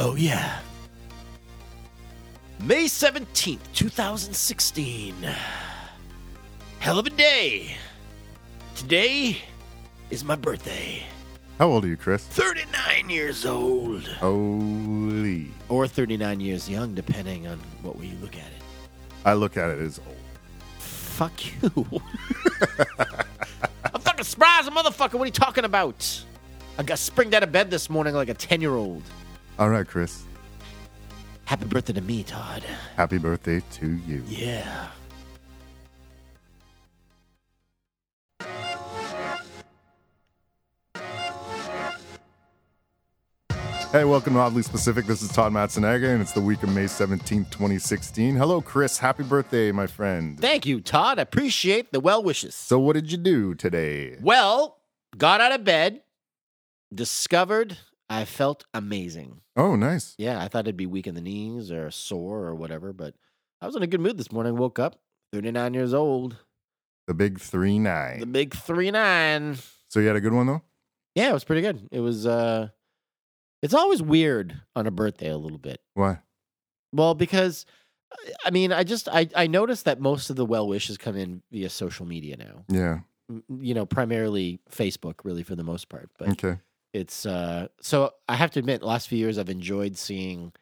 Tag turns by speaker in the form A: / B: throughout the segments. A: Oh, yeah. May 17th, 2016. Hell of a day. Today is my birthday.
B: How old are you, Chris?
A: 39 years old.
B: Holy.
A: Or 39 years young, depending on what way you look at it.
B: I look at it as old.
A: Fuck you. I'm fucking surprised, motherfucker. What are you talking about? I got springed out of bed this morning like a 10 year old.
B: All right, Chris.
A: Happy birthday to me, Todd.
B: Happy birthday to you.
A: Yeah.
B: Hey, welcome to Oddly Specific. This is Todd Matsunaga, and it's the week of May 17th, 2016. Hello, Chris. Happy birthday, my friend.
A: Thank you, Todd. I appreciate the well wishes.
B: So, what did you do today?
A: Well, got out of bed, discovered I felt amazing.
B: Oh, nice.
A: Yeah, I thought it'd be weak in the knees or sore or whatever, but I was in a good mood this morning. Woke up, 39 years old,
B: The big 3 9.
A: the big 3 9.
B: So, you had a good one, though?
A: Yeah, it was pretty good. It was, uh, it's always weird on a birthday a little bit.
B: Why?
A: Well, because I mean, I just I I noticed that most of the well wishes come in via social media now.
B: Yeah.
A: M- You know, primarily Facebook, really for the most part. But
B: Okay.
A: it's uh so I have to admit, last few years I've enjoyed seeing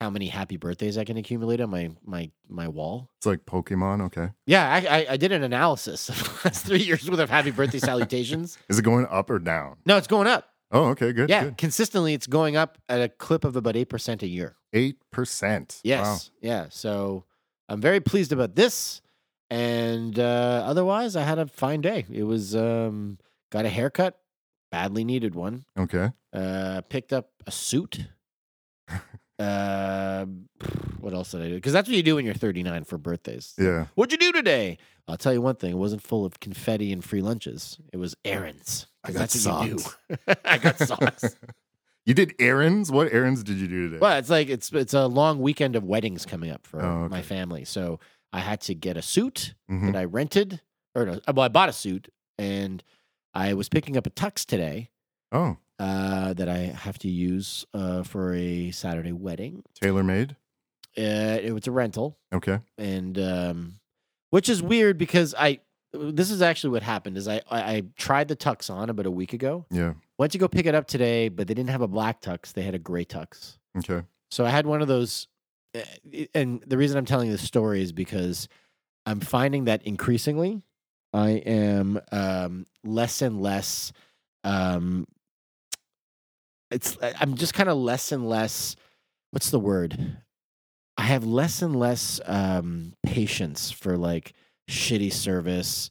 A: how many happy birthdays I can accumulate on my my my wall.
B: It's like Pokemon. Okay.
A: Yeah, I I, I did an analysis of the last three years worth of happy birthday salutations.
B: Is it going up or down?
A: No, it's going up.
B: Oh, okay. Good.
A: yeah,
B: Good.
A: consistently, it's going up at a clip of about eight percent a year.
B: 8%.
A: Yes.
B: Wow.
A: Yeah. So I'm very pleased about this. And uh, otherwise, I had a fine day. It was um, got a haircut, badly needed one.
B: Okay.
A: Uh, picked up a suit. uh, what else did I do? Because that's what you do when you're 39 for birthdays.
B: Yeah.
A: What'd you do today? I'll tell you one thing. It wasn't full of confetti and free lunches. It was errands. 'cause that's what you do. I got socks.
B: you did errands? What errands did you do today?
A: Well, it's like it's it's a long weekend of weddings coming up for
B: Oh,
A: my
B: okay.
A: family, so I had to get a suit
B: Mhm.
A: that I rented, or no, uh, well, I bought a suit, and I was picking up a tux today
B: Oh,
A: uh, that I have to use uh, for a Saturday wedding.
B: tailor made.
A: Uh, it was a rental,
B: Okay.
A: and um, which is weird because I this is actually what happened is I, I I tried the tux on about a week ago.
B: Yeah.
A: Went to go pick it up today, but they didn't have a black tux; they had a gray tux.
B: Okay.
A: So I had one of those, uh, i- and the reason I'm telling this story is because I'm finding that increasingly I am um, less and less. Um, it's I- I'm just kind of less and less. What's the word? I have less and less um, patience for like shitty service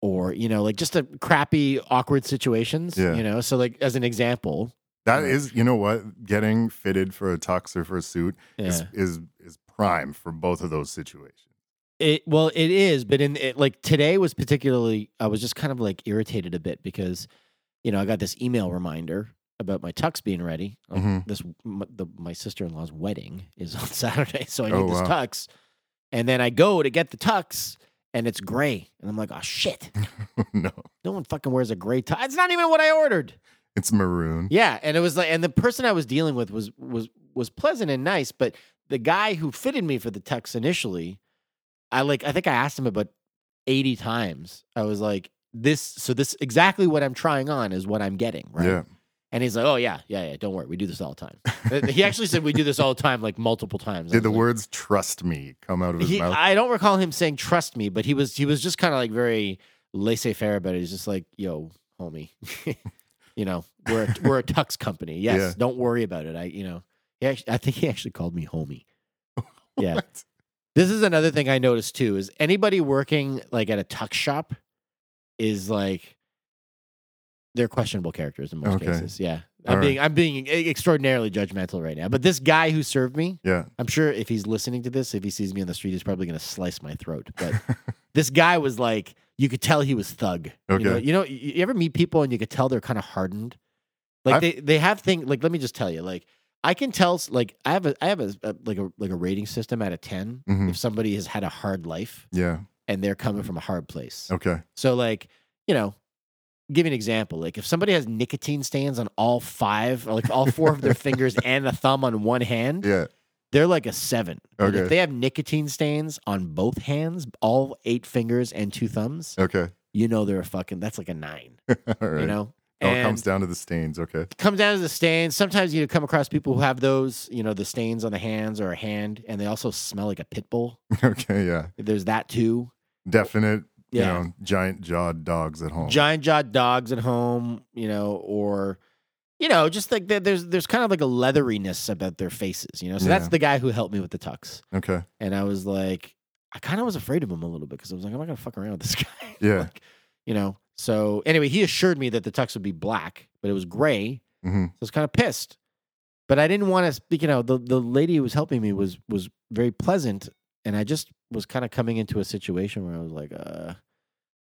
A: or you know like just a crappy awkward situations
B: Yeah.
A: you know so like as an example
B: That
A: Yeah.
B: is, you know what? Getting fitted for a tux or for a suit is, is is prime for both of those situations.
A: It well, it is, but in it, like today was particularly. I was just kind of like irritated a bit because, you know, I got this email reminder about my tux being ready. Like,
B: Mhm.
A: This m- the, my sister in law's wedding is on Saturday, so I need
B: Oh,
A: this
B: wow.
A: tux. And then I go to get the tux, and it's gray, and I'm like, oh shit,
B: no,
A: no one fucking wears a gray tux. It's not even what I ordered.
B: it's maroon.
A: Yeah, and it was like, and the person I was dealing with was was was pleasant and nice, but the guy who fitted me for the tux initially, I like, I think I asked him about eighty times. I was like, this, so this exactly what I'm trying on is what I'm getting, right?
B: Yeah.
A: And he's like, oh yeah, yeah, yeah, don't worry, we do this all the time. he actually said we do this all the time, like multiple times. I
B: Did the
A: was like-
B: words "trust me" come out of his
A: he,
B: mouth?
A: I don't recall him saying trust me, but he was he was just kind of like very laissez faire about it. He's just like, yo, homie, you know, we're a, we're a tux company. Yes,
B: Yeah.
A: don't worry about it. I you know, he actually, I think he actually called me homie. yeah.
B: What?
A: This is another thing I noticed too is anybody working like at a tux shop is like they're questionable characters in most
B: Okay.
A: cases. Yeah. I'm
B: All right.
A: being I'm being e, extraordinarily judgmental right now. But this guy who served me,
B: Yeah.
A: I'm sure if he's listening to this, if he sees me on the street, he's probably going to slice my throat. But this guy was like, you could tell he was thug. You know,
B: Okay.
A: you, know, you you ever meet people and you could tell they're kind of hardened? Like
B: I've-
A: they, they have things like let me just tell you, like I can tell s- like I have a I have a, a- like a like a rating system out of 10
B: Mhm.
A: if somebody has had a hard life
B: Yeah.
A: and they're coming from a hard place.
B: Okay.
A: So like, you know, give you an example. Like if somebody has nicotine stains on all five, or like all four of their fingers and a thumb on one hand,
B: Yeah.
A: they're like a seven. Like,
B: Okay.
A: if they have nicotine stains on both hands, all eight fingers and two thumbs,
B: Okay.
A: you know they're a fucking. That's like a nine.
B: All right.
A: You know.
B: it all
A: and
B: comes down to the stains. Okay.
A: comes down to the stains. Sometimes you come across people who have those, you know, the stains on the hands or a hand, and they also smell like a pit bull.
B: Okay. Yeah.
A: There's that too.
B: Definite.
A: Yeah.
B: You know, giant jawed dogs at home.
A: giant jawed dogs at home, you know, or you know, just like there- there's there's kind of like a leatheriness about their faces, you know. So that's
B: Yeah.
A: the guy who helped me with the tux,
B: okay.
A: and I was like, I kind of was afraid of him a little bit because I was like, I'm not gonna fuck around with this guy,
B: Yeah.
A: Like, you know. So anyway, he assured me that the tux would be black, but it was gray.
B: hmm
A: So I was kind of pissed, but I didn't want to. You know, the the lady who was helping me was was very pleasant, and I just was kind of coming into a situation where I was like, uh,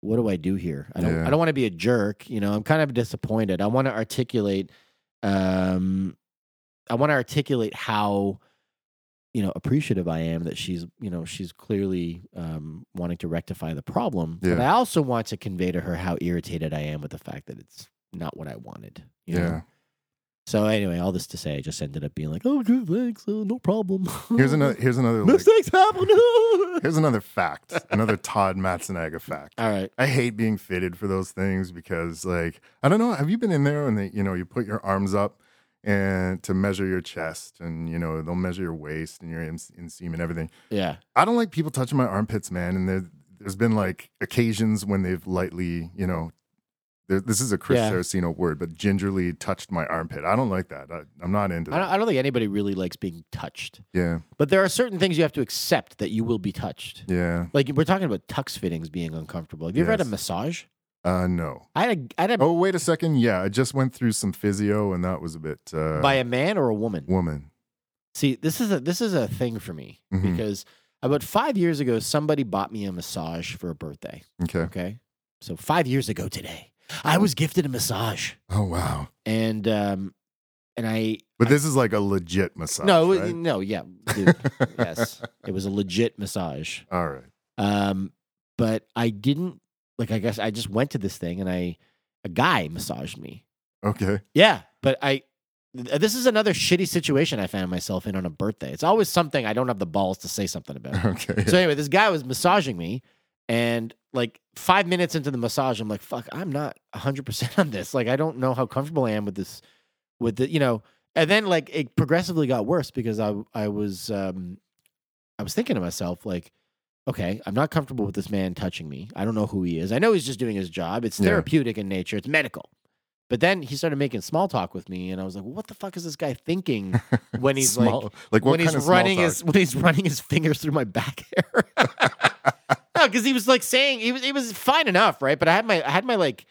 A: what do I do here? I don't
B: Yeah.
A: I don't want to be a jerk. You know, I'm kind of disappointed. I want to articulate, um, I want to articulate how. You know, appreciative I am that she's, you know, she's clearly um, wanting to rectify the problem. But
B: Yeah.
A: I also want to convey to her how irritated I am with the fact that it's not what I wanted. You know?
B: Yeah.
A: So anyway, all this to say, I just ended up being like, "Oh, good, thanks, uh, no problem."
B: Here's another. Here's another. like-
A: mistakes happen. all
B: here's another fact. Another Todd Matsunaga fact.
A: right,
B: I hate being fitted for those things because, like, I don't know. Have you been in there when they, you know, you put your arms up and to measure your chest, and you know they'll measure your waist and your in- inseam and everything.
A: yeah,
B: I don't like people touching my armpits, man. And there, there's been like occasions when they've lightly, you know, there, this is a Chris
A: Yeah.
B: Saraceno word, but gingerly touched my armpit. I don't like that. I, I'm not into
A: I don't,
B: that.
A: I don't think anybody really likes being touched,
B: Yeah,
A: but there are certain things you have to accept that you will be touched.
B: yeah.
A: Like we're talking about tux fittings being uncomfortable. Have you ever had a
B: Yes.
A: massage?
B: Uh, no.
A: I had a, I had a
B: Oh, wait a second. Yeah, I just went through some physio, and that was a bit uh,
A: by a man or a woman.
B: woman.
A: See, this is a this is a thing for me
B: Mhm.
A: because about five years ago, somebody bought me a massage for a birthday.
B: Okay.
A: Okay, so five years ago today, I was gifted a massage.
B: Oh wow.
A: and um and I
B: But this is like a legit massage.
A: no it-
B: right?
A: no yeah dude, yes it was a legit massage
B: All right.
A: um but I didn't like I guess I just went to this thing and I a guy massaged me
B: Okay.
A: yeah but I th- this is another shitty situation I found myself in on a birthday it's always something I don't have the balls to say something about
B: Okay.
A: so anyway this guy was massaging me and like five minutes into the massage I'm like fuck I'm not 100 percent on this like I don't know how comfortable I am with this with the you know and then like it progressively got worse because I I was um I was thinking to myself like okay I'm not comfortable with this man touching me I don't know who he is I know he's just doing his job it's
B: Yeah.
A: therapeutic in nature it's medical but then he started making small talk with me and I was like what the fuck is this guy thinking when he's
B: Small-
A: like
B: what
A: when he's
B: kind of small
A: running
B: talk?
A: his when he's running his fingers through my back hair. no, because he was like saying he was he was fine enough, right? But I had my I had my like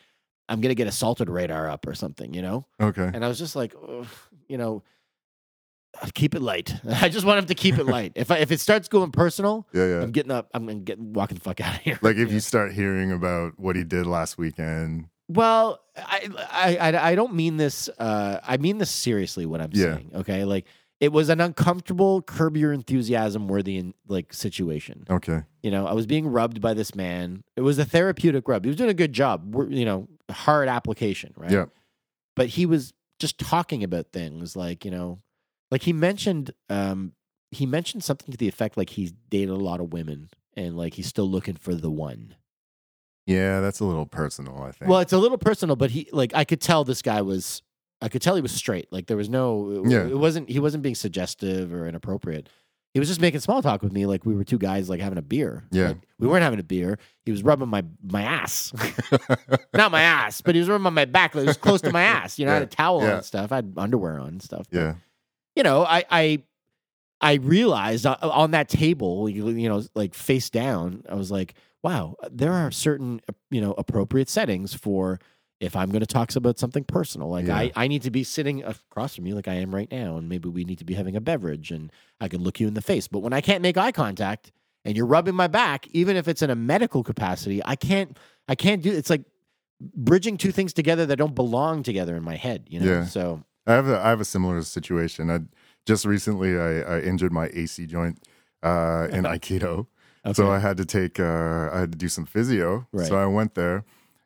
A: I'm gonna get assaulted radar up or something, you know.
B: Okay.
A: And I was just like, "Ugh," you know, keep it light. I just want him to keep it light. if I, if it starts going personal,
B: Yeah, yeah.
A: I'm getting up. I'm gonna get walking the fuck out of here.
B: Like if
A: Yeah.
B: you start hearing about what he did last weekend.
A: Well, I I I, I don't mean this. Uh, I mean this seriously. What I'm
B: Yeah.
A: saying, okay? Like it was an uncomfortable, curb your enthusiasm worthy in, like situation.
B: Okay.
A: You know, I was being rubbed by this man. It was a therapeutic rub. He was doing a good job. We're- You know, hard application, right?
B: Yeah.
A: But he was just talking about things like you know, like he mentioned um he mentioned something to the effect like he's dated a lot of women and like he's still looking for the one.
B: Yeah, that's a little personal, I think.
A: Well, it's a little personal, but he like I could tell this guy was I could tell he was straight. Like there was no it,
B: Yeah.
A: it wasn't he wasn't being suggestive or inappropriate. He was just making small talk with me like we were two guys like having a beer.
B: Yeah.
A: Like, we weren't having a beer. He was rubbing my my ass. Not my ass, but he was rubbing on my back. Like, it was close to my ass. You know, I had a towel on
B: Yeah.
A: and stuff. I had underwear on and stuff. But,
B: yeah.
A: You know, I I I realized o- on that table, you you know, like face down, I was like, wow, uh, there are certain, uh, you know, appropriate settings for if I'm going to talk about something personal. Like
B: Yeah.
A: I, I need to be sitting across from you like I am right now, and maybe we need to be having a beverage and I can look you in the face. But when I can't make eye contact and you're rubbing my back, even if it's in a medical capacity, I can't, I can't do, it's like bridging two things together that don't belong together in my head, you know?
B: Yeah.
A: So,
B: I have a I have a similar situation. I just recently I, I injured my AC joint uh, in Aikido.
A: okay.
B: So I had to take, uh, I had to do some physio.
A: Right.
B: So I went there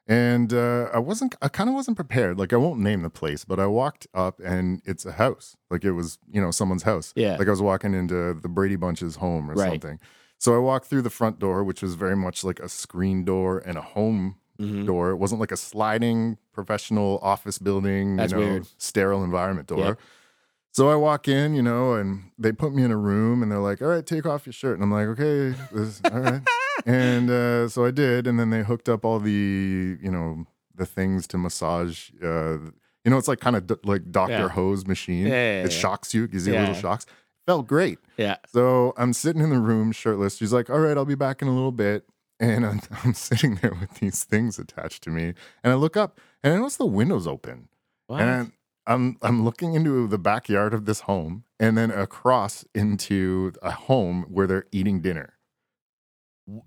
B: and uh, I wasn't, I kind of wasn't prepared. Like I won't name the place, but I walked up and it's a house. Like it was, you know, someone's house.
A: Yeah.
B: Like I was walking into the Brady Bunch's home or
A: Right.
B: something. So I walked through the front door, which was very much like a screen door and a home
A: Mhm.
B: door. It wasn't like a sliding professional office building,
A: That's
B: you know,
A: weird.
B: sterile environment door.
A: Yeah.
B: So I walk in, you know, and they put me in a room and they're like, all right, take off your shirt. And I'm like, okay, this, all right. And uh, so I did. And then they hooked up all the, you know, the things to massage. Uh, you know, it's like kind of d- like Dr.
A: Yeah.
B: Hose machine.
A: Yeah, yeah,
B: it
A: yeah.
B: shocks you, gives you
A: Yeah.
B: little shocks. Felt great.
A: Yeah.
B: So I'm sitting in the room shirtless. She's like, all right, I'll be back in a little bit. And I'm, I'm sitting there with these things attached to me. And I look up and I notice the window's open.
A: What?
B: And I'm, I'm looking into the backyard of this home and then across into a home where they're eating dinner.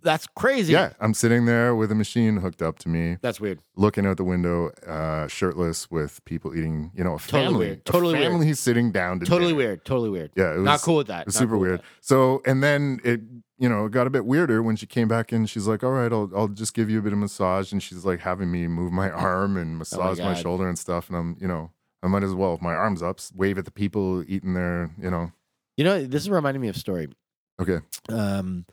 A: That's crazy.
B: Yeah. I'm sitting there with a machine hooked up to me,
A: That's weird.
B: looking out the window, uh, shirtless with people eating, you know, a
A: Totally
B: family.
A: weird. Totally
B: a
A: weird.
B: family sitting down to
A: Totally
B: dinner.
A: weird. Totally weird.
B: Yeah. It was,
A: Not cool with that.
B: It was
A: Not
B: super
A: cool with
B: weird.
A: that.
B: So, and then it, you know, it got a bit weirder when she came back in. She's like, "All right, I'll, I'll just give you a bit of massage," and she's like having me move my arm and massage my
A: Oh God.
B: shoulder and stuff. And I'm, you know, I might as well, if my arms up, s- wave at the people eating their, you know,
A: You know, this is reminding me of a story.
B: okay,
A: Um,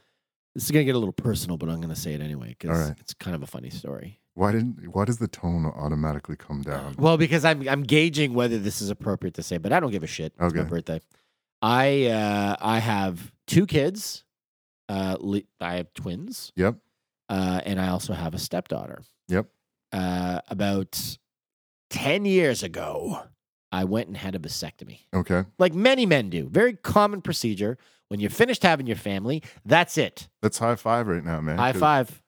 A: this is gonna get a little personal, but I'm gonna say it anyway because
B: All right.
A: it's kind of a funny story.
B: why didn't, why does the tone automatically come down?
A: Well, because I'm I'm gauging whether this is appropriate to say, but I don't give a shit. It's my
B: Okay.
A: birthday. I uh, I have two kids. Uh, le- I have twins,
B: Yep,
A: uh, and I also have a stepdaughter.
B: Yep.
A: Uh, about ten years ago, I went and had a vasectomy,
B: okay,
A: like many men do. Very common procedure. When you're finished having your family, that's it.
B: that's high five right now, man.
A: High
B: 'cause
A: five.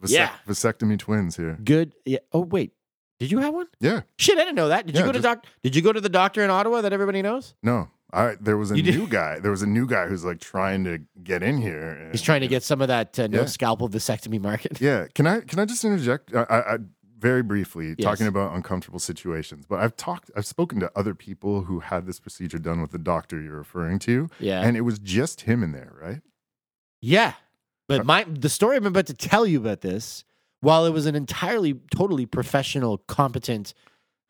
B: vasect-
A: Yeah.
B: vasectomy twins here.
A: Good. Yeah. Oh wait, did you have one?
B: Yeah,
A: Shit, I didn't know that. Did you
B: Yeah,
A: go to
B: just-
A: doc? Did you go to the doctor in Ottawa that everybody knows?
B: no, I there was a
A: You did-
B: new guy. There was a new guy who's like trying to get in here. And,
A: He's trying to get some of that uh, no
B: Yeah.
A: scalpel vasectomy market.
B: Yeah, can I can I just interject? I, I, I very briefly talking
A: Yes.
B: about uncomfortable situations, but I've talked, I've spoken to other people who had this procedure done with the doctor you're referring to,
A: Yeah,
B: and it was just him in there, right?
A: yeah.
B: Uh,
A: But my the story I'm about to tell you about this, while it was an entirely, totally professional, competent,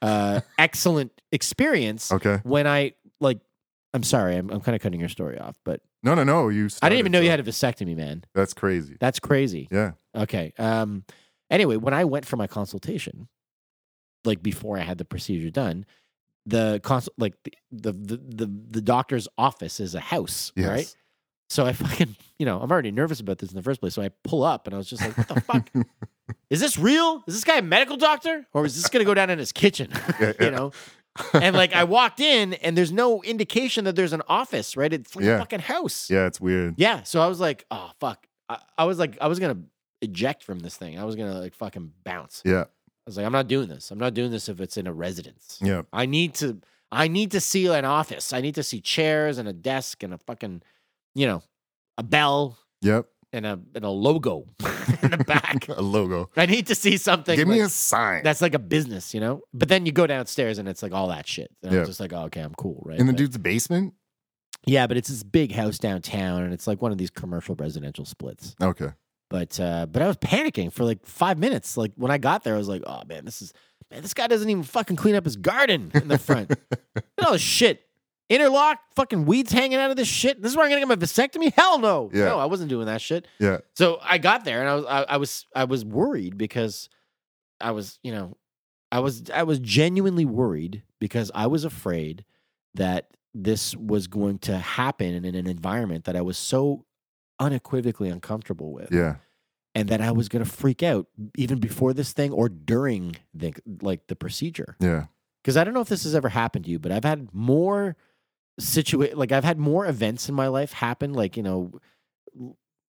A: uh, excellent experience,
B: Okay,
A: when I like, I'm sorry, I'm, I'm kind of cutting your story off, but
B: no, no, no, you.
A: I didn't even know you had
B: started,
A: a vasectomy, man.
B: so That's crazy.
A: That's crazy.
B: Yeah,
A: Okay. Um. Anyway, when I went for my consultation, like before I had the procedure done, the consult like the the the the, the doctor's office is a house,
B: Yes.
A: right? So I fucking you know I'm already nervous about this in the first place. So I pull up and I was just like, what the fuck? Is this real? Is this guy a medical doctor, or is this gonna go down in his kitchen?
B: Yeah, yeah.
A: you know. and like I walked in, and there's no indication that there's an office, right? It's like
B: Yeah.
A: a fucking house.
B: yeah, it's weird.
A: Yeah. So I was like, oh fuck. I, I was like, I was gonna eject from this thing. I was gonna like fucking bounce.
B: Yeah,
A: I was like, I'm not doing this. I'm not doing this if it's in a residence.
B: yeah,
A: I need to I need to see an office. I need to see chairs and a desk and a fucking, you know, a bell
B: yep.
A: and a and a logo in the back.
B: a logo.
A: I need to see something.
B: Give me
A: like-
B: a sign.
A: that's like a business, you know? But then you go downstairs and it's like all that shit. And
B: Yeah.
A: I'm just like, oh, okay, I'm cool, right?
B: in the
A: But-
B: dude's basement.
A: yeah, but it's this big house downtown and it's like one of these commercial residential splits.
B: Okay,
A: but uh, but I was panicking for like five minutes. Like when I got there, I was like, oh man, this is man, this guy doesn't even fucking clean up his garden in the front. Look at all this shit. Interlock, fucking weeds hanging out of this shit. This is where I'm gonna get my vasectomy? Hell no.
B: Yeah.
A: No, I wasn't doing that shit.
B: Yeah.
A: So I got there and I was I, I was I was worried because I was, you know, I was I was genuinely worried because I was afraid that this was going to happen in an environment that I was so unequivocally uncomfortable with
B: yeah,
A: and that I was going to freak out even before this thing or during the like the procedure.
B: yeah,
A: Because I don't know if this has ever happened to you, but I've had more situa- like I've had more events in my life happen, like you know,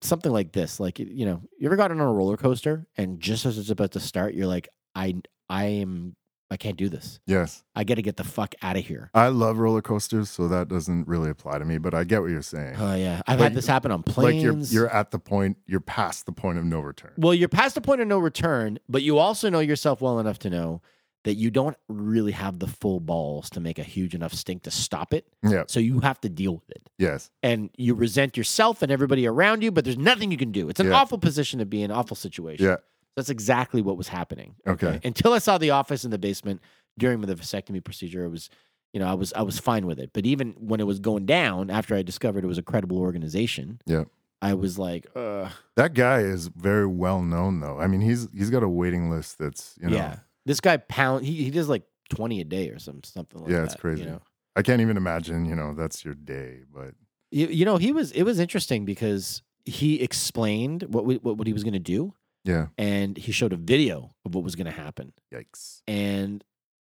A: something like this. Like you know, you ever gotten on a roller coaster and just as it's about to start, you're like, I I am I can't do this.
B: yes.
A: I got to get the fuck out of here.
B: I love roller coasters, so that doesn't really apply to me. But I get what you're saying.
A: Oh yeah, I've
B: Like-
A: had this happen on planes.
B: like you're you're at the point, you're past the point of no return.
A: Well, you're past the point of no return, but you also know yourself well enough to know that you don't really have the full balls to make a huge enough stink to stop it.
B: Yeah.
A: So you have to deal with it.
B: Yes.
A: And you resent yourself and everybody around you, but there's nothing you can do. It's an
B: Yeah.
A: awful position to be in, awful situation.
B: Yeah.
A: That's exactly what was happening.
B: Okay.
A: Until I saw the office in the basement during the vasectomy procedure, it was, you know, I was I was fine with it. But even when it was going down, after I discovered it was a credible organization,
B: Yeah.
A: I was like, Ugh,
B: That guy is very well known though. I mean, he's he's got a waiting list that's you know
A: yeah, this guy pound he he does like twenty a day or some something like that.
B: Yeah, it's crazy.
A: You know?
B: I can't even imagine, you know, that's your day, but
A: You, you know, he was it was interesting because he explained what we, what, what he was going to do,
B: yeah,
A: and he showed a video of what was going to happen,
B: yikes.
A: and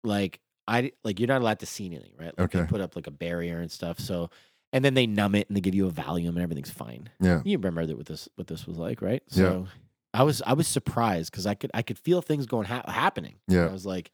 A: like I like you're not allowed to see anything, right? Like They
B: Okay.
A: put up like a barrier and stuff, so and then they numb it and they give you a Valium and everything's fine.
B: Yeah.
A: You remember that what this what this was like, right?
B: Yeah.
A: So I was I was surprised because I could I could feel things going ha- happening. I
B: Yeah. Mm-hmm.
A: was like,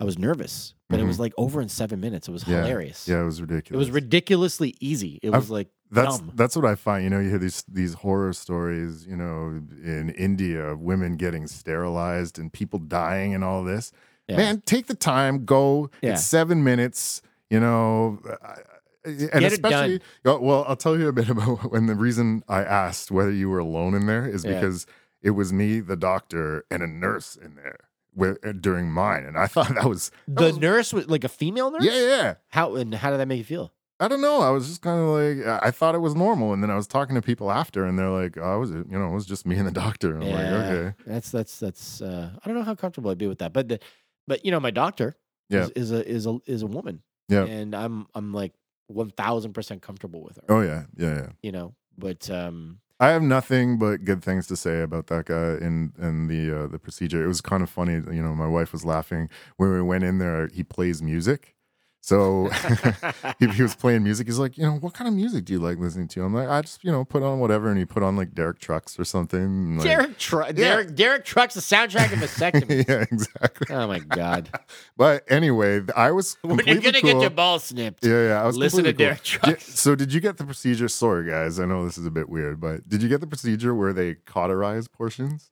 A: I was nervous, but it was like over in seven minutes. It was
B: Yeah.
A: hilarious.
B: Yeah, it was
A: It
B: ridiculous.
A: was ridiculously easy. It
B: I've-
A: was like
B: That's
A: dumb.
B: that's what I find. You know, you hear these these horror stories. You know, in India, of women getting sterilized and people dying and all this.
A: Yeah.
B: Man, take the time. Go.
A: Yeah.
B: It's seven minutes. You know, I- and
A: Get it
B: especially. oh, Well, I'll tell you a bit about when the reason I asked whether you were alone in there is
A: Yeah.
B: because it was me, the doctor, and a nurse in there where, during mine, and I thought that was
A: the
B: was-
A: nurse was like a female nurse.
B: um, yeah, yeah.
A: How and how did that make you feel?
B: I don't know. I was just kind of like I I thought it was normal, and then I was talking to people after, and they're like, "Oh, I was, you know, it was just me and the doctor." And I'm like, "Okay,
A: That's that's that's. Uh, I don't know how comfortable I'd be with that, but the, but you know, my doctor
B: Yeah.
A: is, is a is a is a woman.
B: Yeah.
A: and I'm I'm like one thousand percent comfortable with her.
B: oh yeah, yeah, yeah."
A: You know, but um,
B: I have nothing but good things to say about that guy in and the uh, the procedure. It was kind of funny, you know. My wife was laughing when we went in there. He plays music, so he, he was playing music. He's like, you know, what kind of music do you like listening to? I'm like, I just, you know, put on whatever, and he put on like Derek Trucks or something. and, Like,
A: Derek Tru- Derek Derek trucks the soundtrack of vasectomy.
B: yeah, exactly.
A: oh my god!
B: But anyway, th- I was
A: when you're
B: completely
A: gonna
B: cool.
A: get your ball snipped,
B: Yeah, yeah. I was
A: listen to
B: completely cool.
A: Derek
B: Di-
A: trucks.
B: so did you get the procedure? Sorry, guys, I know this is a bit weird, but did you get the procedure where they cauterize portions?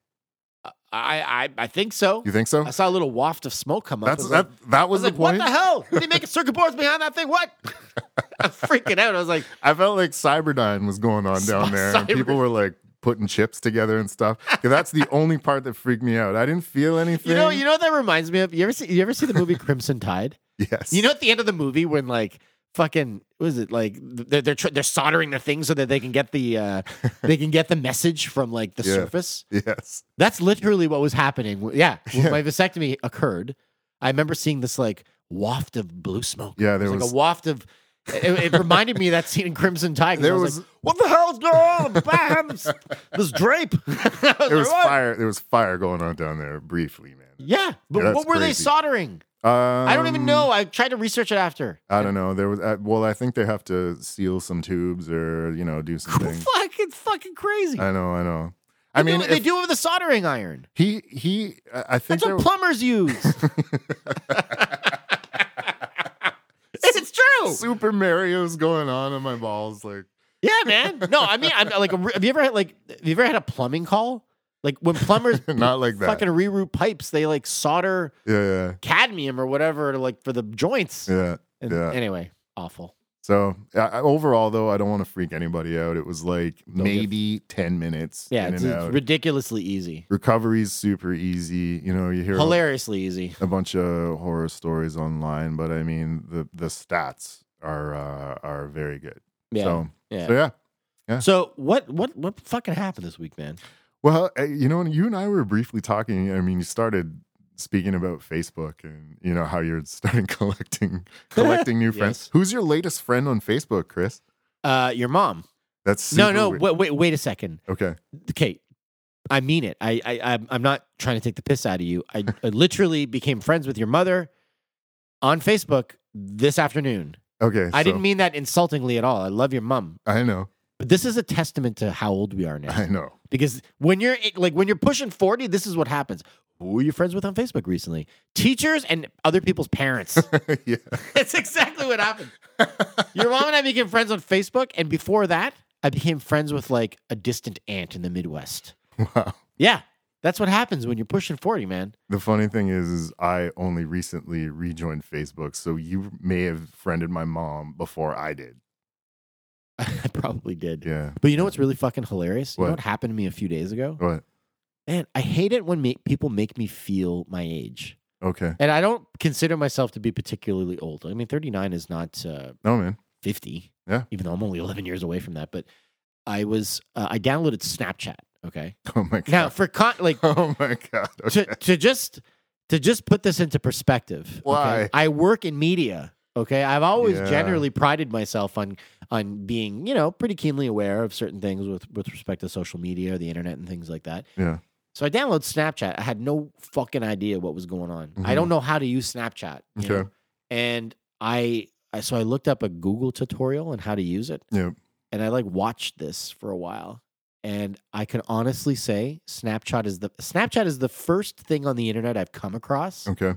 A: I, I I think so.
B: You think so?
A: I saw a little waft of smoke come up. I
B: That's
A: was like,
B: that. That
A: I was
B: was,
A: like,
B: the point.
A: what the hell? Were they making circuit boards behind that thing? What? I'm freaking out. I was like,
B: I felt like Cyberdyne was going on down there, and
A: Cyber-
B: people were like putting chips together and stuff. 'Cause that's the only part that freaked me out. I didn't feel anything.
A: you know, you know what that reminds me of? You ever see you ever see the movie Crimson Tide?
B: yes.
A: You know at the end of the movie when like fucking what is it like th- they're they're, tr- they're soldering the thing so that they can get the uh they can get the message from like the
B: Yeah.
A: surface?
B: Yes.
A: That's literally what was happening. W- Yeah, when
B: Yeah.
A: my vasectomy occurred, I remember seeing this like waft of blue smoke.
B: Yeah. There
A: It was, like
B: was.
A: a waft of. It, it reminded me of that scene in Crimson Tide. 'cause
B: There
A: I
B: was.
A: like, what the hell's going on? Bam! This- This drape. I was
B: There was
A: like, "What?"
B: fire. There was fire going on down there briefly, man.
A: Yeah, but
B: Yeah,
A: what
B: that's
A: were they
B: crazy.
A: soldering? I don't even
B: Um,
A: know. I tried to research it after.
B: I don't know. There was uh, well, I think they have to seal some tubes or you know do some things.
A: Fuck! It's fucking crazy.
B: I know, I know.
A: They
B: I mean,
A: do, they
B: if
A: do it with a soldering iron.
B: he he. I I think
A: That's
B: there,
A: what plumbers use. it's true.
B: Super Mario's going on in my balls. Like
A: Yeah, man. No, I mean, I'm like, have you ever had like, have you ever had a plumbing call? Like when plumbers
B: not like that.
A: fucking reroute pipes, they like solder
B: yeah,
A: cadmium or whatever, to, like for the joints.
B: yeah, yeah.
A: And
B: yeah.
A: anyway, awful.
B: So I, I- overall, though, I don't want to freak anybody out. It was like
A: get-
B: maybe ten minutes.
A: Yeah,
B: in
A: it's,
B: and
A: it's
B: out.
A: ridiculously easy,
B: Recovery's super easy. You know, you hear a,
A: hilariously easy.
B: a bunch of horror stories online, but I mean, the the stats are uh, are very good.
A: Yeah.
B: So,
A: yeah.
B: so yeah.
A: So what what what fucking happened this week, man?
B: Well, uh, you know, you and I were briefly talking. I mean, you started speaking about Facebook and you know how you're starting collecting collecting new friends.
A: Yes.
B: Who's your latest friend on Facebook, Chris?
A: Uh, your mom.
B: That's
A: no,
B: super
A: no.
B: weird.
A: Wait, wait, wait a second.
B: Okay.
A: Okay, I mean it. I I I'm- I'm not trying to take the piss out of you. I, I literally became friends with your mother on Facebook this afternoon.
B: Okay.
A: I
B: so-
A: didn't mean that insultingly at all. I love your mom,
B: I know.
A: but this is a testament to how old we are now.
B: I know.
A: Because when you're like when you're pushing 40, this is what happens. Who are you friends with on Facebook recently? Teachers and other people's parents.
B: yeah.
A: That's exactly what happened. Your mom and I became friends on Facebook, and before that, I became friends with like a distant aunt in the Midwest.
B: Wow.
A: Yeah, that's what happens when you're pushing 40, man.
B: The funny thing is, is I only recently rejoined Facebook, so you may have friended my mom before I did.
A: I probably did.
B: Yeah.
A: But you know what's really fucking hilarious? You know
B: What?
A: what happened to me a few days ago?
B: What?
A: man, I hate it when me, people make me feel my age.
B: Okay.
A: And I don't consider myself to be particularly old. I mean, 39 is not uh,
B: No, man.
A: 50.
B: Yeah.
A: Even though I'm only 11 years away from that, but I was uh, I downloaded Snapchat, okay?
B: Oh my god.
A: Now, for con- like
B: oh my god. Okay.
A: to, to just to just put this into perspective. okay?
B: Why?
A: I work in media. Okay. I've always
B: Yeah.
A: generally prided myself on on being, you know, pretty keenly aware of certain things with with respect to social media, the internet, and things like that.
B: Yeah.
A: So I downloaded Snapchat. I had no fucking idea what was going on. I
B: Mhm.
A: don't know how to use Snapchat. you
B: Okay.
A: know? And I I- so I looked up a Google tutorial on how to use it.
B: Yep.
A: And I like watched this for a while. And I can honestly say Snapchat is the Snapchat is the first thing on the internet I've come across
B: Okay.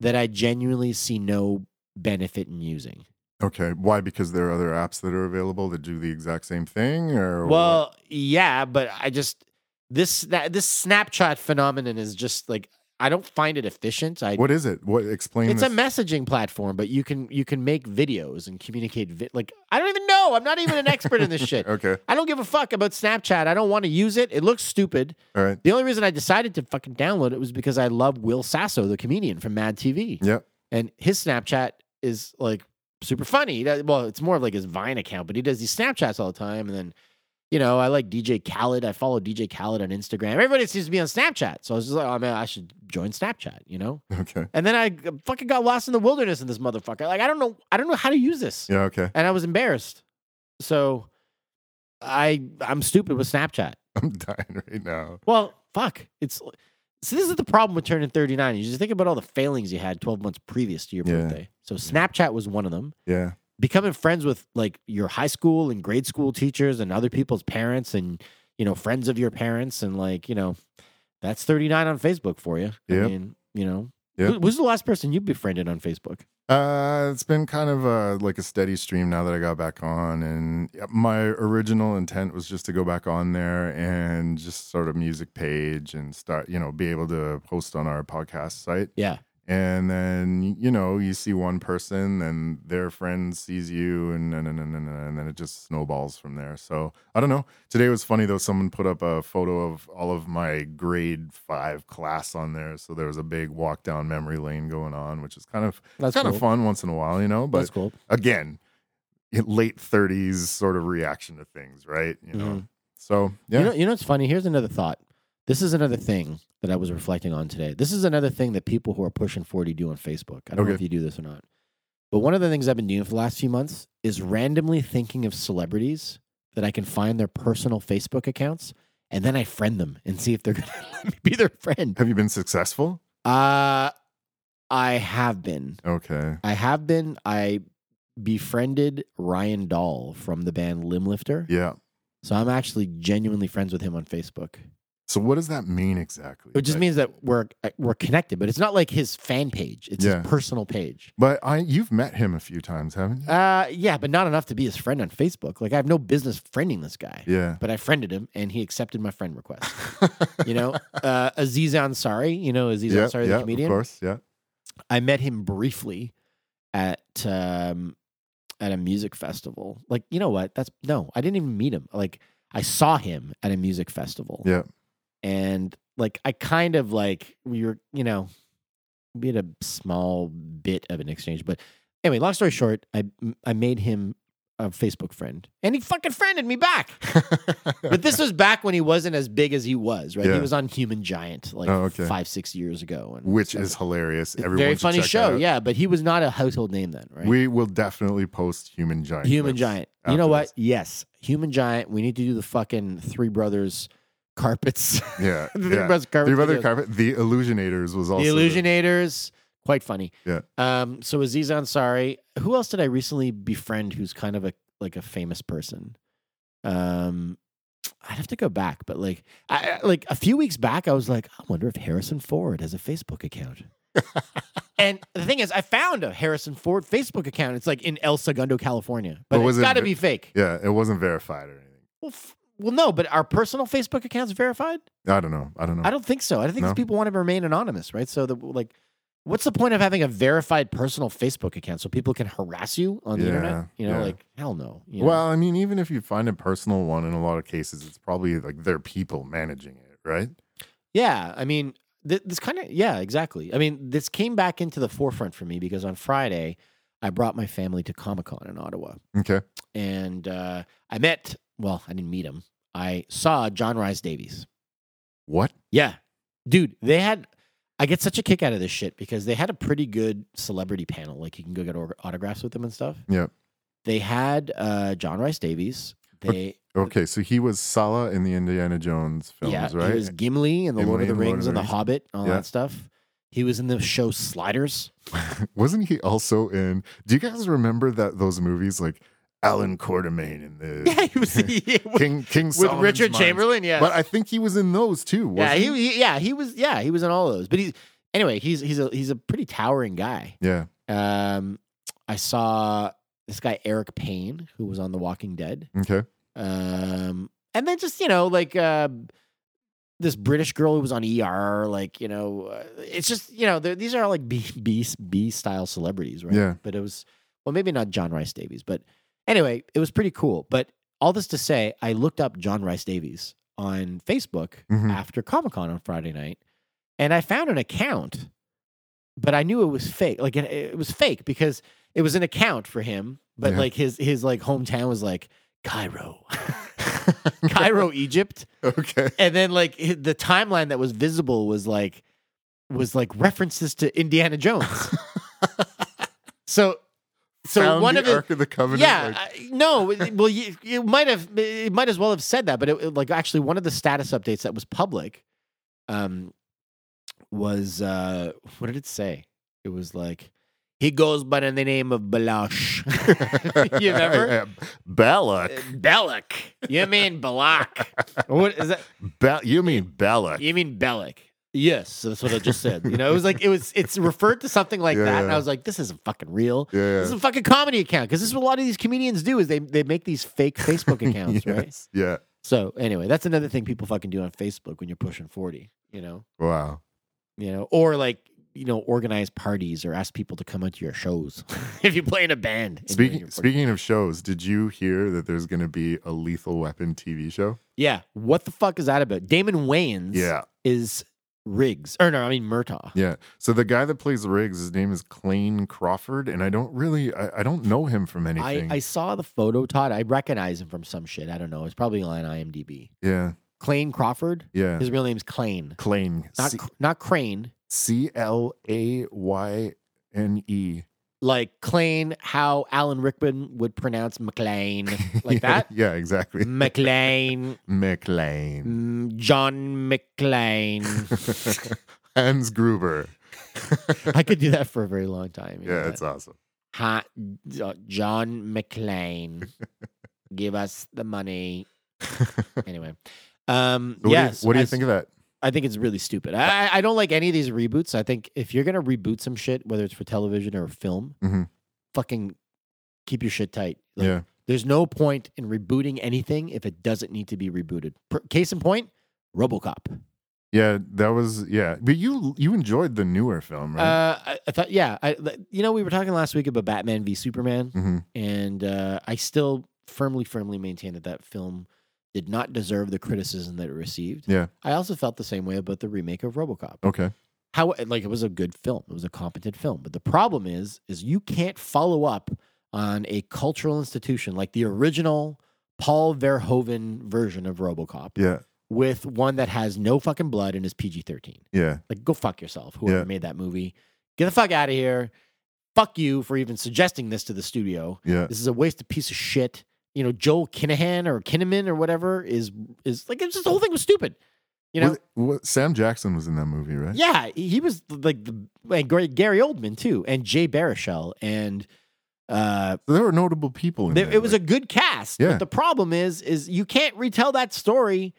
A: that I genuinely see no benefit in using.
B: Okay. Why? Because there are other apps that are available that do the exact same thing, or what?
A: Well, yeah, but I just this that this Snapchat phenomenon is just like I don't find it efficient. I
B: what is it? What explain?
A: it's a
B: this.
A: messaging platform, but you can you can make videos and communicate. Vi- like I don't even know. I'm not even an expert in this shit.
B: Okay.
A: I don't give a fuck about Snapchat. I don't want to use it. It looks stupid.
B: All right.
A: The only reason I decided to fucking download it was because I love Will Sasso, the comedian from Mad TV.
B: Yep.
A: and his Snapchat is like super funny. He does, well, it's more of like his Vine account, but he does these Snapchats all the time. And then, you know, I like DJ Khaled. I follow DJ Khaled on Instagram. Everybody seems to be on Snapchat, so I was just like, oh man, I should join Snapchat, you know.
B: Okay.
A: And then I fucking got lost in the wilderness in this motherfucker. Like I don't know, I don't know how to use this,
B: Yeah. Okay.
A: and I was embarrassed. So, I I'm stupid with Snapchat.
B: I'm dying right now.
A: Well, fuck. It's so this is the problem with turning 39. You just think about all the failings you had 12 months previous to your
B: Yeah.
A: birthday. So Snapchat was one of them.
B: Yeah.
A: Becoming friends with like your high school and grade school teachers and other people's parents and you know friends of your parents and like you know that's 39 on Facebook for you. I
B: Yep.
A: mean, you know.
B: Yep.
A: Who, who's the last person you befriended on Facebook?
B: Uh, it's been kind of uh like a steady stream now that I got back on, and my original intent was just to go back on there and just sort of music page and start, you know, be able to post on our podcast site.
A: Yeah.
B: and then you know you see one person and their friend sees you and and, and, and, and, and then it just snowballs from there so i don't know today was funny though someone put up a photo of all of my grade five class on there so there was a big walk down memory lane going on which is kind of
A: That's
B: kind
A: cool.
B: of fun once in a while you know but
A: that's cool.
B: again late 30s sort of reaction to things right you know
A: Mhm.
B: so yeah
A: You know, you know what's funny? Here's another thought. This is another thing that I was reflecting on today. This is another thing that people who are pushing 40 do on Facebook. I don't know
B: Okay.
A: if you do this or not. But one of the things I've been doing for the last few months is randomly thinking of celebrities that I can find their personal Facebook accounts and then I friend them and see if they're going to let me be their friend.
B: have you been successful
A: Uh I have been.
B: okay
A: I have been I befriended Ryan Dahl from the band Limlifter.
B: yeah
A: So I'm actually genuinely friends with him on Facebook.
B: so what does that mean exactly
A: It just
B: Like-
A: means that we're uh, we're connected, but it's not like his fan page. It's
B: Yeah.
A: his personal page.
B: But I, you've met him a few times, haven't you?
A: Uh, yeah, but not enough to be his friend on Facebook. Like I have no business friending this guy,
B: yeah.
A: but I friended him and he accepted my friend request. You know, uh, Aziz Ansari. You know Aziz
B: yeah,
A: Ansari,
B: yeah,
A: the comedian.
B: Of course, yeah.
A: I met him briefly at um, at a music festival. Like you know what? That's no, I didn't even meet him. Like I saw him at a music festival.
B: Yeah.
A: and like I kind of like we were, you know, we had a small bit of an exchange. But anyway, long story short, I I made him a Facebook friend, and he fucking friended me back. But this was back when he wasn't as big as he was, right?
B: Yeah.
A: He was on Human Giant like
B: Oh, okay.
A: five six years ago, and
B: Which
A: stuff
B: is hilarious.
A: it's a
B: Everyone
A: very
B: should
A: funny
B: check
A: show.
B: that out.
A: Yeah, but he was not a household name then, right?
B: We will definitely post Human Giant.
A: Human
B: clips.
A: Giant. You know
B: after
A: what? Yes,
B: this.
A: Human Giant. We need to do the fucking Three Brothers carpets.
B: Yeah.
A: the Three
B: yeah.
A: Brothers carpets.
B: Three Brother
A: videos.
B: Carpet. The Illusionators was also
A: The Illusionators. Quite funny.
B: Yeah.
A: Um. So Aziz Ansari. Who else did I recently befriend? Who's kind of a like a famous person. Um. I'd have to go back, but like, I, I- like a few weeks back, I was like, I wonder if Harrison Ford has a Facebook account. and the thing is, I found a Harrison Ford Facebook account. It's like in El Segundo, California, but,
B: But was
A: it's
B: it
A: got to
B: ver-
A: be fake.
B: Yeah, it wasn't verified or anything.
A: Well, f- well, no, but our personal Facebook accounts verified.
B: I don't know. I don't know.
A: I don't think so. I think
B: No?
A: these people want to remain anonymous, right? So, the, like, what's the point of having a verified personal Facebook account so people can harass you on the
B: Yeah,
A: internet? You know,
B: yeah.
A: like hell no. you know?
B: well, I mean, even if you find a personal one, in a lot of cases, it's probably like their people managing it, right?
A: Yeah, I mean, th- this kind of yeah, exactly. I mean, this came back into the forefront for me because on Friday, I brought my family to Comic Con in Ottawa,
B: Okay.
A: and uh, I met. Well, I didn't meet him. I saw John Rhys Davies.
B: What?
A: Yeah, dude, they had. I get such a kick out of this shit because they had a pretty good celebrity panel. Like you can go get aut- autographs with them and stuff.
B: Yeah.
A: They had uh, John Rice Davies.
B: Okay.
A: They
B: Okay, so he was Sala in the Indiana Jones films,
A: yeah,
B: right?
A: he was Gimli and the Lord
B: Gimli
A: of the
B: and Lord of
A: Rings
B: the
A: and the
B: Rings.
A: Hobbit, all
B: Yeah.
A: that stuff. He was in the show Sliders.
B: Wasn't he also in? Do you guys remember that those movies like Alan Quartermain and the
A: Yeah, he was yeah, with,
B: King King
A: with
B: Solomon's
A: Richard
B: Mines?
A: Chamberlain. Yeah,
B: But I think he was in those too.
A: yeah,
B: Wasn't
A: he, he- yeah he was yeah he was in all those. But he's anyway he's he's a he's a pretty towering guy.
B: he? Yeah.
A: Um, I saw this guy Eric Payne who was on The Walking Dead.
B: Okay.
A: Um, and then just you know like uh, this British girl who was on ER, like you know, uh, it's just you know they're- these are like B B B style celebrities, right?
B: Yeah.
A: But it was well maybe not John Rice Davies, but anyway, it was pretty cool. But all this to say, I looked up John Rice Davies on Facebook
B: Mhm.
A: after Comic Con on Friday night, and I found an account, but I knew it was fake. Like it, it was fake because it was an account for him, but
B: Yeah.
A: like his his like hometown was like Cairo, Cairo, Egypt,
B: Okay.
A: and then like hi- the timeline that was visible was like was like references to Indiana Jones. so, so
B: Found
A: one
B: the
A: of his,
B: Ark of the Covenant.
A: yeah,
B: like-
A: I- no. it- Well, you, you might have it might as well have said that, but it, it- like actually one of the status updates that was public, um, was uh, what did it say? It was like he goes by the name of Balash. you remember?
B: Yeah. Balak.
A: Belloc. You mean Balak? what is that?
B: Ba- you mean Balak?
A: You mean Bellic? Yes, that's what I just said. You know, it was like it was. It's referred to something like
B: Yeah,
A: that, and
B: yeah.
A: I was like, this isn't fucking real.
B: Yeah.
A: This is a fucking comedy account because this is what a lot of these comedians do is they they make these fake Facebook accounts, right?
B: Yes. Yeah.
A: So anyway, that's another thing people fucking do on Facebook when you're pushing forty, you know,
B: Wow.
A: you know, or like you know, organize parties or ask people to come out to your shows if you play in a band. and you're in your
B: Speaking
A: 40s.
B: speaking of shows, did you hear that there's going to be a Lethal Weapon TV show?
A: yeah, what the fuck is that about? Damon Wayans,
B: Yeah.
A: is Riggs, or no, I mean Murtaugh.
B: Yeah. So the guy that plays Riggs, his name is Clayne Crawford, and I don't really, I, I don't know him from
A: I,
B: anything.
A: I saw the photo, Todd. I recognize him from some shit. I don't know. It's probably on IMDb.
B: yeah.
A: Clayne Crawford.
B: Yeah.
A: His real name's Clayne,
B: Clayne.
A: not
B: C-
A: C- not Crane.
B: C L A Y N E.
A: Like Clayne, how Alan Rickman would pronounce McLean, like
B: Yeah,
A: that.
B: Yeah, exactly.
A: McLean,
B: McLean.
A: mm, John McLean.
B: Hans Gruber.
A: I could do that for a very long time. you know
B: Yeah,
A: that.
B: it's awesome.
A: Ha- uh, John McLean, give us the money. Anyway, um,
B: So what
A: yes.
B: do you, what do you
A: I
B: think of that?
A: I think it's really stupid. I, I- I don't like any of these reboots. I think if you're gonna reboot some shit, whether it's for television or film,
B: Mhm.
A: fucking keep your shit tight. Like,
B: yeah.
A: There's no point in rebooting anything if it doesn't need to be rebooted. Per- case in point, RoboCop.
B: Yeah, that was yeah. But you you enjoyed the newer film, right?
A: Uh, I, I thought, yeah, I, th- you know, we were talking last week about Batman v Superman,
B: hmm
A: and uh, I still firmly, firmly maintain that that film did not deserve the criticism that it received.
B: Yeah.
A: I also felt the same way about the remake of RoboCop.
B: Okay.
A: how like it was a good film it was a competent film but the problem is is you can't follow up on a cultural institution like the original paul verhoeven version of robocop
B: Yeah.
A: with one that has no fucking blood and is pg-13
B: Yeah.
A: like go fuck yourself whoever
B: Yeah.
A: made that movie get the fuck out of here fuck you for even suggesting this to the studio
B: Yeah.
A: this is a waste of piece of shit. You know, Joel Kinahan or Kinnaman or whatever is is like it's just the whole thing was stupid. You know,
B: Was- was- Sam Jackson was in that movie, right?
A: yeah, he he was like the like Gary Gary Oldman too, and Jay Baruchel, and uh,
B: There were notable people in
A: there-
B: there,
A: it was
B: like-
A: a good cast.
B: Yeah.
A: But the problem is, is you can't retell that story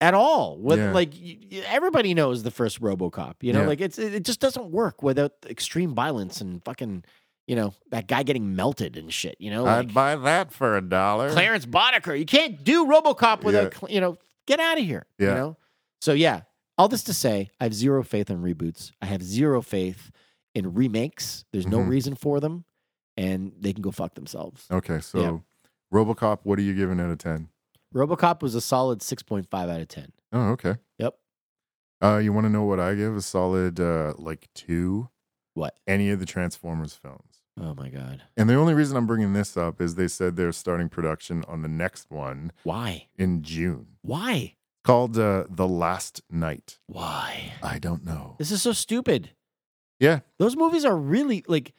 A: at all. With
B: Yeah.
A: like y- y- everybody knows the first RoboCop, you know,
B: Yeah.
A: like it's it it just doesn't work without extreme violence and fucking you know that guy getting melted and shit. You know, like,
B: I'd buy that for a dollar.
A: Clarence Boddicker. You can't do RoboCop without, Cl- you know, get out of here. You
B: Yeah.
A: know? So, yeah, all this to say, I have zero faith in reboots. I have zero faith in remakes. There's no
B: Mhm.
A: reason for them, and they can go fuck themselves.
B: Okay, so RoboCop, what are you giving out of ten?
A: RoboCop was a solid 6.5 out of 10.
B: Oh, okay.
A: Yep.
B: Uh, you want to know what I give? A solid uh, like two.
A: What?
B: Any of the Transformers films.
A: Oh my god.
B: And the only reason I'm bringing this up is they said they're starting production on the next one
A: Why?
B: in June
A: Why?
B: called uh, The Last Night.
A: Why?
B: I don't know.
A: This is so stupid.
B: Yeah.
A: Those movies are really like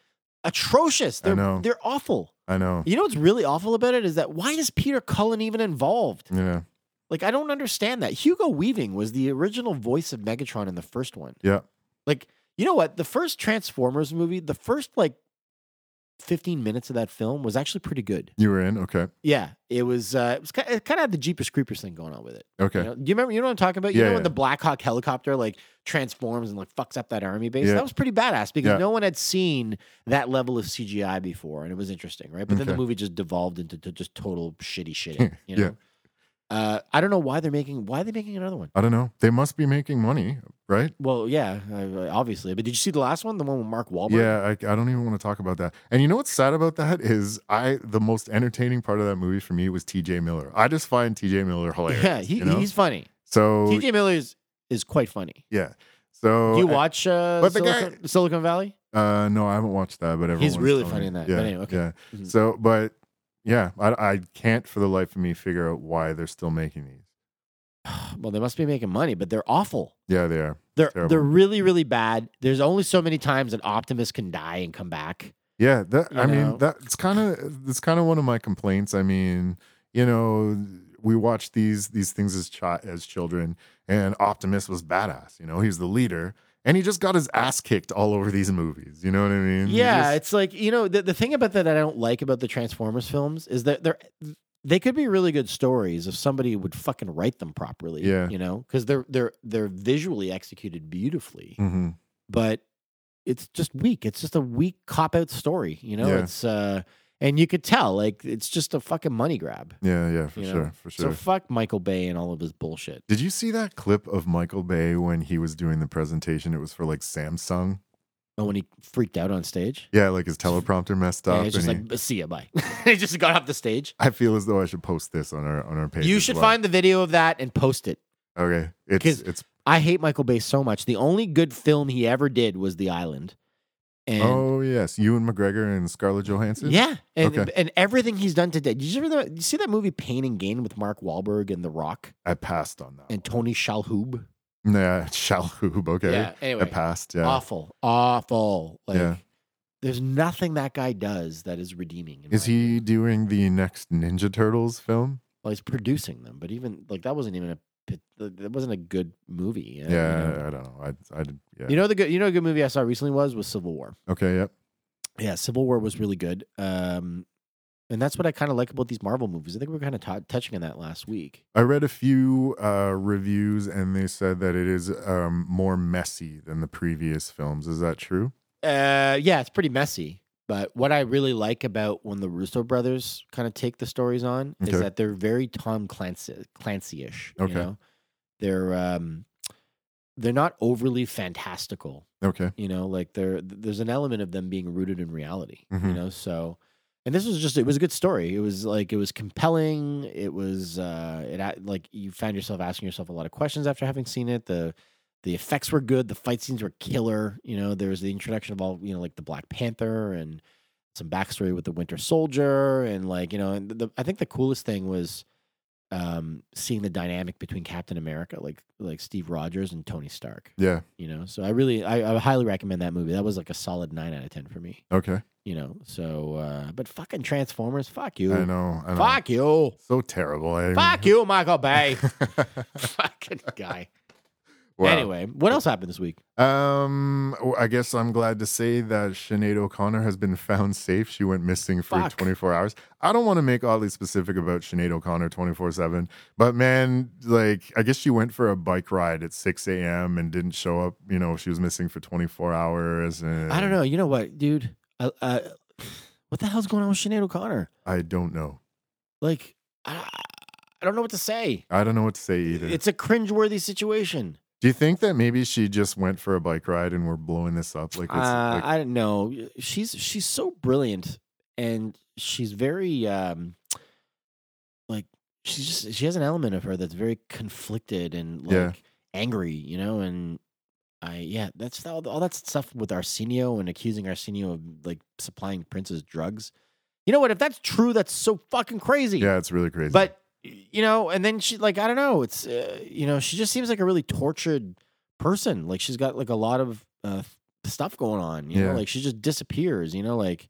A: atrocious.
B: I
A: They're
B: know.
A: they're awful.
B: I know.
A: You know what's really awful about it is that why is Peter Cullen even involved?
B: Yeah.
A: Like I don't understand that. Hugo Weaving was the original voice of Megatron in the first one.
B: Yeah.
A: Like you know what? The first Transformers movie, the first like 15 minutes of that film was actually pretty good.
B: You were in? Okay.
A: Yeah, it was. Uh, it was kind of, it kind of had the Jeepers Creepers thing going on with it.
B: Okay.
A: You know, you remember? You know what I'm talking about? You
B: Yeah,
A: know
B: yeah.
A: when the Black Hawk helicopter like transforms and like fucks up that army base?
B: Yeah.
A: That was pretty badass because
B: Yeah.
A: no one had seen that level of CGI before, and it was interesting, right? But then the
B: Okay.
A: movie just devolved into to just total shitty shitting. You
B: Yeah.
A: know? Uh, I don't know why they're making why are they making another one.
B: I don't know. They must be making money, right?
A: Well, yeah, uh, obviously. But did you see the last one? The one with Mark Wahlberg?
B: Yeah, I, I don't even want to talk about that. And you know what's sad about that is I the most entertaining part of that movie for me was T.J. Miller. I just find T.J. Miller hilarious.
A: yeah. He,
B: you know? Oh,
A: he's funny.
B: so
A: T.J. Miller is, is quite funny.
B: yeah. So
A: Do you watch uh,
B: but the guy-
A: Silicon, Silicon Valley?
B: Uh, no, I haven't watched that, but everyone's
A: really
B: telling
A: funny
B: me.
A: in that.
B: Yeah,
A: But anyway, okay.
B: yeah.
A: Mhm.
B: So, but yeah, I, I can't for the life of me figure out why they're still making these.
A: Well, they must be making money, but they're awful.
B: Yeah, they are.
A: They're
B: Terrible.
A: they're really really bad. There's only so many times an optimist can die and come back.
B: Yeah, that
A: You
B: I
A: know?
B: mean that's kind of that's kind of one of my complaints. I mean, you know, we watched these these things as chi- as children, and Optimus was badass. You know, he was the leader, and he just got his ass kicked all over these movies. You know what I mean? He
A: Yeah,
B: just-
A: it's like you know the the thing about that, that I don't like about the Transformers films is that they're they could be really good stories if somebody would fucking write them properly.
B: Yeah.
A: you know, because they're they're they're visually executed beautifully,
B: Mhm.
A: but it's just weak. It's just a weak cop out story. You know,
B: Yeah.
A: it's uh, and you could tell like it's just a fucking money grab.
B: yeah, yeah, for
A: You know,
B: sure, for sure.
A: So fuck Michael Bay and all of his bullshit.
B: Did you see that clip of Michael Bay when he was doing the presentation? It was for like Samsung.
A: Oh, when he freaked out on stage.
B: Yeah, like his teleprompter messed up.
A: Yeah, it's
B: and
A: just
B: he-
A: like, uh, see ya, bye. he just got off the stage.
B: I feel as though I should post this on our on our page.
A: you
B: as
A: should
B: well.
A: find the video of that and post it.
B: okay.
A: 'Cause-
B: It's it's
A: I hate Michael Bay so much. The only good film he ever did was The Island. And
B: oh yes, Ewan McGregor and Scarlett Johansson.
A: yeah, and
B: Okay.
A: and everything he's done today. Did you, ever, you see that movie Pain and Gain with Mark Wahlberg and The Rock
B: I passed on that.
A: and Tony Shalhoub?
B: one. yeah, Shalhoub. Okay,
A: Yeah.
B: I
A: Anyway,
B: passed. Yeah,
A: awful, awful. Like,
B: Yeah.
A: there's nothing that guy does that is redeeming. in
B: is
A: my-
B: he doing the next Ninja Turtles film?
A: Well, he's producing them, but even like that wasn't even a that wasn't a good movie. uh, you know?
B: Yeah, I don't know. I I did. Yeah.
A: You know the good you know a good movie I saw recently was was Civil War.
B: okay. Yep.
A: Yeah, Civil War was really good. Um and that's what I kind of like about these Marvel movies. I think we were kind of t- touching on that last week.
B: I read a few uh, reviews and they said that it is um, more messy than the previous films. Is that true?
A: Uh yeah, it's pretty messy, but what I really like about when the Russo brothers kind of take the stories on is
B: Okay.
A: that they're very Tom Clancy Clancy-ish,
B: Okay.
A: you know. They're um they're not overly fantastical.
B: Okay.
A: you know like there there's an element of them being rooted in reality you
B: Mhm.
A: know so and this was just it was a good story it was like it was compelling it was uh it a- like you found yourself asking yourself a lot of questions after having seen it the the effects were good the fight scenes were killer you know there was the introduction of all you know like the black panther and some backstory with the winter soldier and like you know and the, i think the coolest thing was um seeing the dynamic between captain america like like steve rogers and tony stark
B: Yeah.
A: you know so i really I, I highly recommend that movie that was like a solid 9 out of 10 for me
B: Okay.
A: you know so uh but fucking transformers fuck you
B: I know. I know.
A: fuck you
B: So terrible. eh? I
A: fuck you michael bay fucking guy
B: Wow.
A: anyway what else happened this week
B: Um, w- I guess I'm glad to say that Sinead O'Connor has been found safe. She went missing for
A: Fuck.
B: 24 hours. I don't want to make oddly specific about Sinead O'Connor 24 7, but man, like, I guess she went for a bike ride at 6 a.m. and didn't show up. You know, she was missing for 24 hours. And
A: i don't know you know what dude I, uh, what the hell's going on with Sinead o'connor
B: I don't know.
A: like i, I don't know what to say
B: I don't know what to say either.
A: it's a cringeworthy situation
B: Do you think that maybe she just went for a bike ride and we're blowing this up? Like, it's,
A: Uh,
B: like
A: I don't know. She's she's so brilliant, and she's very um, like she's just she has an element of her that's very conflicted and like
B: Yeah.
A: angry, you know, and I yeah, that's all, all that stuff with Arsenio and accusing Arsenio of like supplying Prince's drugs. You know what? If that's true, that's so fucking crazy.
B: Yeah, it's really crazy.
A: But you know, and then she like I don't know. It's uh, you know she just seems like a really tortured person. Like she's got like a lot of uh, stuff going on. You
B: Yeah.
A: know, like she just disappears. You know, like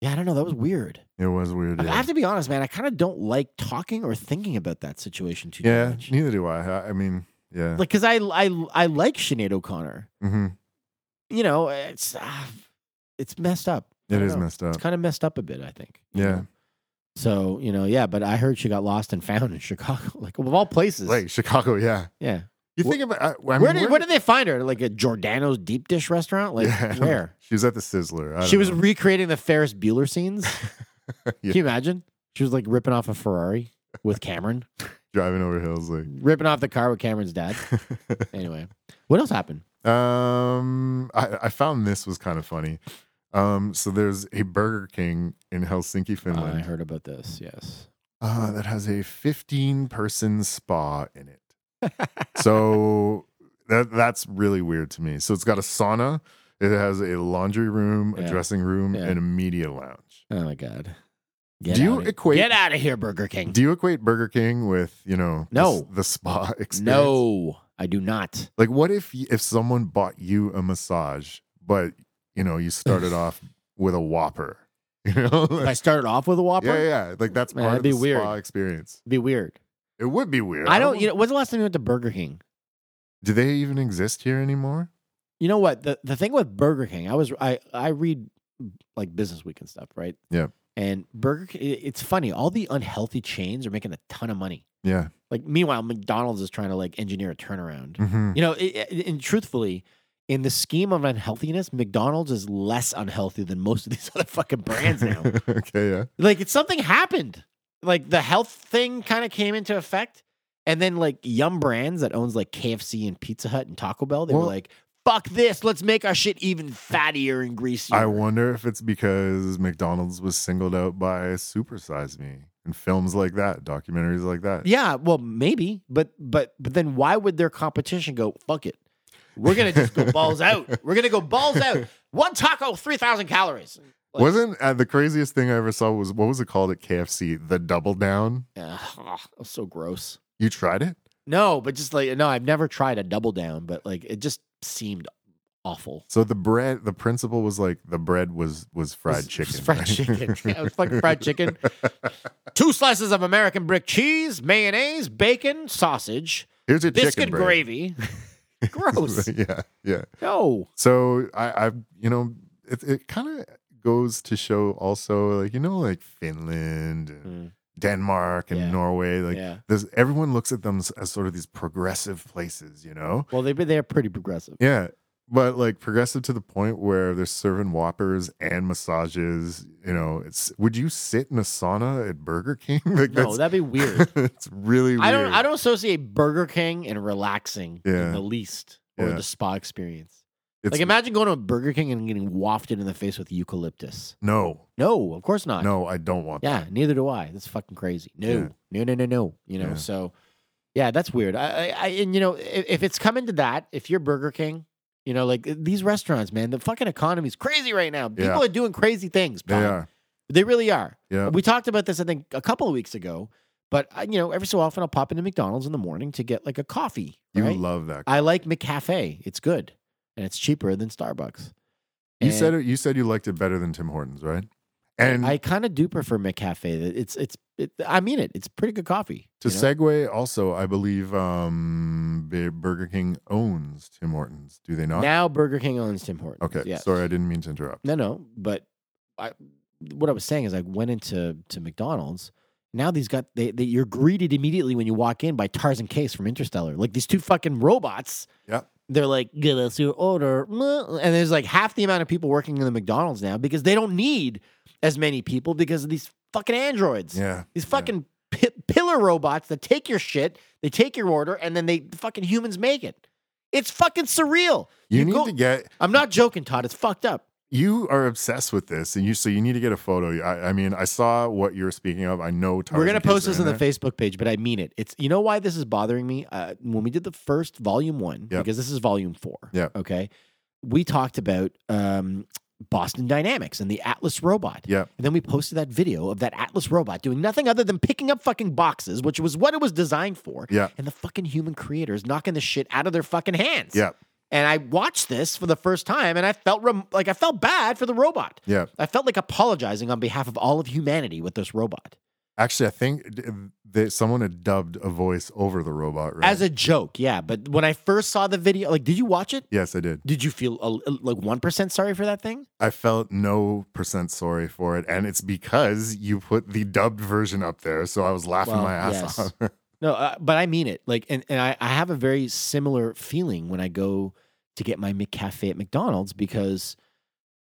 A: yeah, I don't know. That was weird.
B: it was weird.
A: I- I
B: Yeah,
A: have to be honest, man. I kind of don't like talking or thinking about that situation too
B: yeah
A: much.
B: neither do I. I. I mean, yeah.
A: Like, cause I I I like Sinead O'Connor.
B: hmm
A: You know, it's ah, it's messed up. I
B: It
A: don't
B: is
A: know.
B: messed up.
A: It's kind of messed up a bit, I think. you
B: Yeah.
A: know? So you know, yeah, but I heard she got lost and found in Chicago, like of all places.
B: Like Chicago, yeah.
A: yeah.
B: You
A: Wh-
B: think about I, I mean,
A: where did where did they find her? Like at Giordano's deep dish restaurant? Like
B: Yeah.
A: where?
B: She was at the Sizzler. I
A: She
B: don't
A: was
B: know.
A: recreating the Ferris Bueller scenes.
B: Yeah.
A: Can you imagine? She was like ripping off a Ferrari with Cameron,
B: driving over hills like.
A: ripping off the car with Cameron's dad. Anyway, what else happened?
B: um, I, I found this was kind of funny. Um, so there's a Burger King in Helsinki,
A: Uh, I
B: Finland,
A: heard about this. Yes.
B: uh, that has a 15 person spa in it. so that that's really weird to me. So it's got a sauna, it has a laundry room, a
A: Yeah.
B: dressing room,
A: Yeah.
B: and a media lounge.
A: Oh my god. Get
B: Do you
A: outta-
B: equate-
A: Get out of here, Burger King.
B: Do you equate Burger King with you know the s-
A: No.
B: the, spa experience?
A: no, I do not.
B: Like, what if y- if someone bought you a massage, but you know you started off with a Whopper? You know,
A: If I started off with a Whopper,
B: yeah, yeah. Like that's
A: Man,
B: part of
A: that'd
B: the
A: be weird.
B: spa experience.
A: it'd be weird.
B: It would be weird.
A: I don't. You know, when's the last time you went to Burger King?
B: do they even exist here anymore?
A: You know what? The the thing with Burger King, I was I I read like Business Week and stuff, right?
B: Yeah.
A: And Burger King, it's funny. All the unhealthy chains are making a ton of money.
B: Yeah.
A: Like meanwhile, McDonald's is trying to like engineer a turnaround.
B: hmm
A: You know, i i and truthfully, in the scheme of unhealthiness, McDonald's is less unhealthy than most of these other fucking brands now.
B: okay. Yeah.
A: like it's something happened. Like the health thing kind of came into effect, and then like Yum Brands that owns like KFC and Pizza Hut and Taco Bell, they
B: Well-
A: were like, "Fuck this! Let's make our shit even fattier and greasier."
B: I wonder if it's because McDonald's was singled out by Super Size Me and films like that, documentaries like that.
A: yeah, well, maybe, but but but then why would their competition go? Fuck it, we're gonna just go balls out. We're gonna go balls out. One taco, three thousand calories. Like,
B: Wasn't uh, the craziest thing I ever saw was what was it called at KFC? The double down.
A: Ugh, oh, it was so gross.
B: You tried it?
A: No, but just like no, I've never tried a double down, but like it just seemed awful.
B: So the bread, the principle was like the bread was was fried
A: was-
B: chicken.
A: was fried
B: right?
A: chicken. Yeah, it was fucking fried chicken. Two slices of American brick cheese, mayonnaise, bacon, sausage,
B: Here's your
A: biscuit
B: chicken bread.
A: gravy. Gross.
B: yeah, yeah.
A: No.
B: So I, I, you know, it it kind of goes to show also like you know like Finland, and Denmark, and
A: Mm. Yeah.
B: Norway. Like
A: yeah.
B: there's everyone looks at them s- as sort of these progressive places, you know.
A: Well, they they're pretty progressive.
B: Yeah. But like progressive to the point where they're serving whoppers and massages, you know. It's would you sit in a sauna at Burger King? Like
A: no, that'd be weird.
B: it's really weird.
A: I don't I don't associate Burger King and relaxing
B: Yeah.
A: in the least or
B: Yeah.
A: the spa experience.
B: It's,
A: like imagine going to a Burger King and getting wafted in the face with eucalyptus.
B: no,
A: No, of course not.
B: no, I don't want
A: Yeah, neither do I. That's fucking crazy. No,
B: Yeah.
A: no, no, no, no. You know,
B: Yeah.
A: so yeah, that's weird. I, I, I and you know, if, if it's coming to that, if you're Burger King, you know, like these restaurants, man, the fucking economy's crazy right now. People
B: Yeah.
A: are doing crazy things.
B: that.
A: They
B: They are.
A: They really are.
B: Yeah.
A: We talked about this, I think, a couple of weeks ago. But I, you know, every so often I'll pop into McDonald's in the morning to get like a coffee.
B: You
A: right?
B: love that.
A: I like McCafe. It's good, and it's cheaper than Starbucks.
B: you
A: And-
B: said it, you said you liked it better than Tim Hortons, right? And
A: I kind of do prefer McCafe. It's it's it, I mean it. It's pretty good coffee.
B: to
A: you know?
B: segue, also, I believe um, B- Burger King owns Tim Hortons. Do they not?
A: now Burger King owns Tim Hortons.
B: okay,
A: yes.
B: sorry, I didn't mean to interrupt.
A: No, no, but I, what I was saying is I went into to McDonald's. Now these got they, they you're greeted immediately when you walk in by Tarzan Case from Interstellar. Like these two fucking robots.
B: Yep.
A: They're like, give us your order. And there's like half the amount of people working in the McDonald's now because they don't need as many people because of these fucking androids.
B: Yeah,
A: These fucking pi- pillar robots that take your shit, they take your order, and then they fucking humans make it. It's fucking surreal.
B: you,
A: you
B: need
A: go-
B: to get
A: I'm not joking, Todd. It's fucked up.
B: you are obsessed with this, and you so you need to get a photo. I, I mean, I saw what you were speaking of. I know.
A: We're
B: Tarzan
A: gonna
B: cakes
A: post
B: are
A: this on the
B: there.
A: Facebook page, but I mean it. It's you know why this is bothering me. Uh, when we did the first volume one,
B: Yep.
A: because this is volume four.
B: Yep.
A: Okay. We talked about um, Boston Dynamics and the Atlas robot.
B: Yep.
A: And then we posted that video of that Atlas robot doing nothing other than picking up fucking boxes, which was what it was designed for.
B: Yeah.
A: And the fucking human creators knocking the shit out of their fucking hands.
B: Yep.
A: And I watched this for the first time, and I felt rem- like I felt bad for the robot.
B: Yeah.
A: I felt like apologizing on behalf of all of humanity with this robot.
B: Actually, I think d- that someone had dubbed a voice over the robot. Right.
A: as a joke yeah but when i first saw the video like did you watch it
B: yes, I did.
A: did you feel a, a- like 1% sorry for that thing
B: I felt no percent sorry for it, and it's because you put the dubbed version up there, so I was laughing
A: Well,
B: my ass
A: yes.
B: off.
A: no uh, but i mean it like and, and I, I have a very similar feeling when i go to get my mccafe at mcdonald's because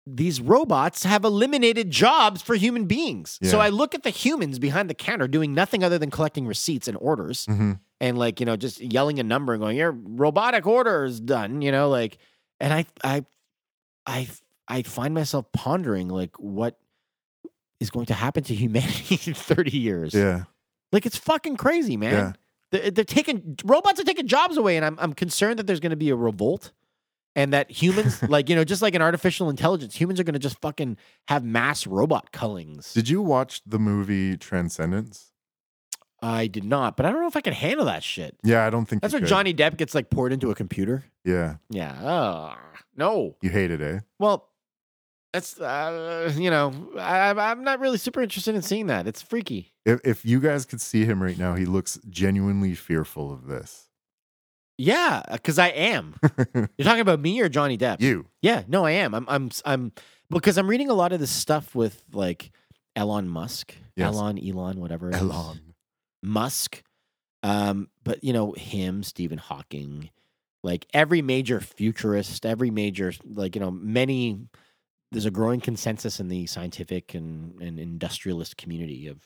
A: these robots have eliminated jobs for human beings so
B: Yeah.
A: i look at the humans behind the counter doing nothing other than collecting receipts and orders
B: Mhm.
A: and like you know just yelling a number and going your robotic order is done you know like and i i i i find myself pondering like what is going to happen to humanity in 30 years
B: Yeah.
A: like it's fucking crazy man
B: Yeah.
A: they're, they're taking robots are taking jobs away and i'm, I'm concerned that there's going to be a revolt and that humans like you know just like an artificial intelligence humans are going to just fucking have mass robot cullings
B: Did you watch the movie Transcendence?
A: i did not but i don't know if i can handle that shit
B: Yeah, I don't think
A: that's
B: you
A: where
B: could.
A: johnny depp gets like poured into a computer
B: Yeah,
A: Yeah. ugh, no.
B: you hated it. eh?
A: Well, that's uh, you know I, I'm- I'm not really super interested in seeing that. It's freaky.
B: If, if you guys could see him right now, he looks genuinely fearful of this.
A: Yeah, because I am. You're talking about me or Johnny Depp?
B: you,
A: Yeah. No, I am. I'm. I'm. I'm because I'm reading a lot of this stuff with like Elon Musk,
B: Yes.
A: Elon, Elon, whatever. it is.
B: Elon.
A: Musk. Um, but you know him, Stephen Hawking, like every major futurist, every major like you know many. There's a growing consensus in the scientific and, and industrialist community of,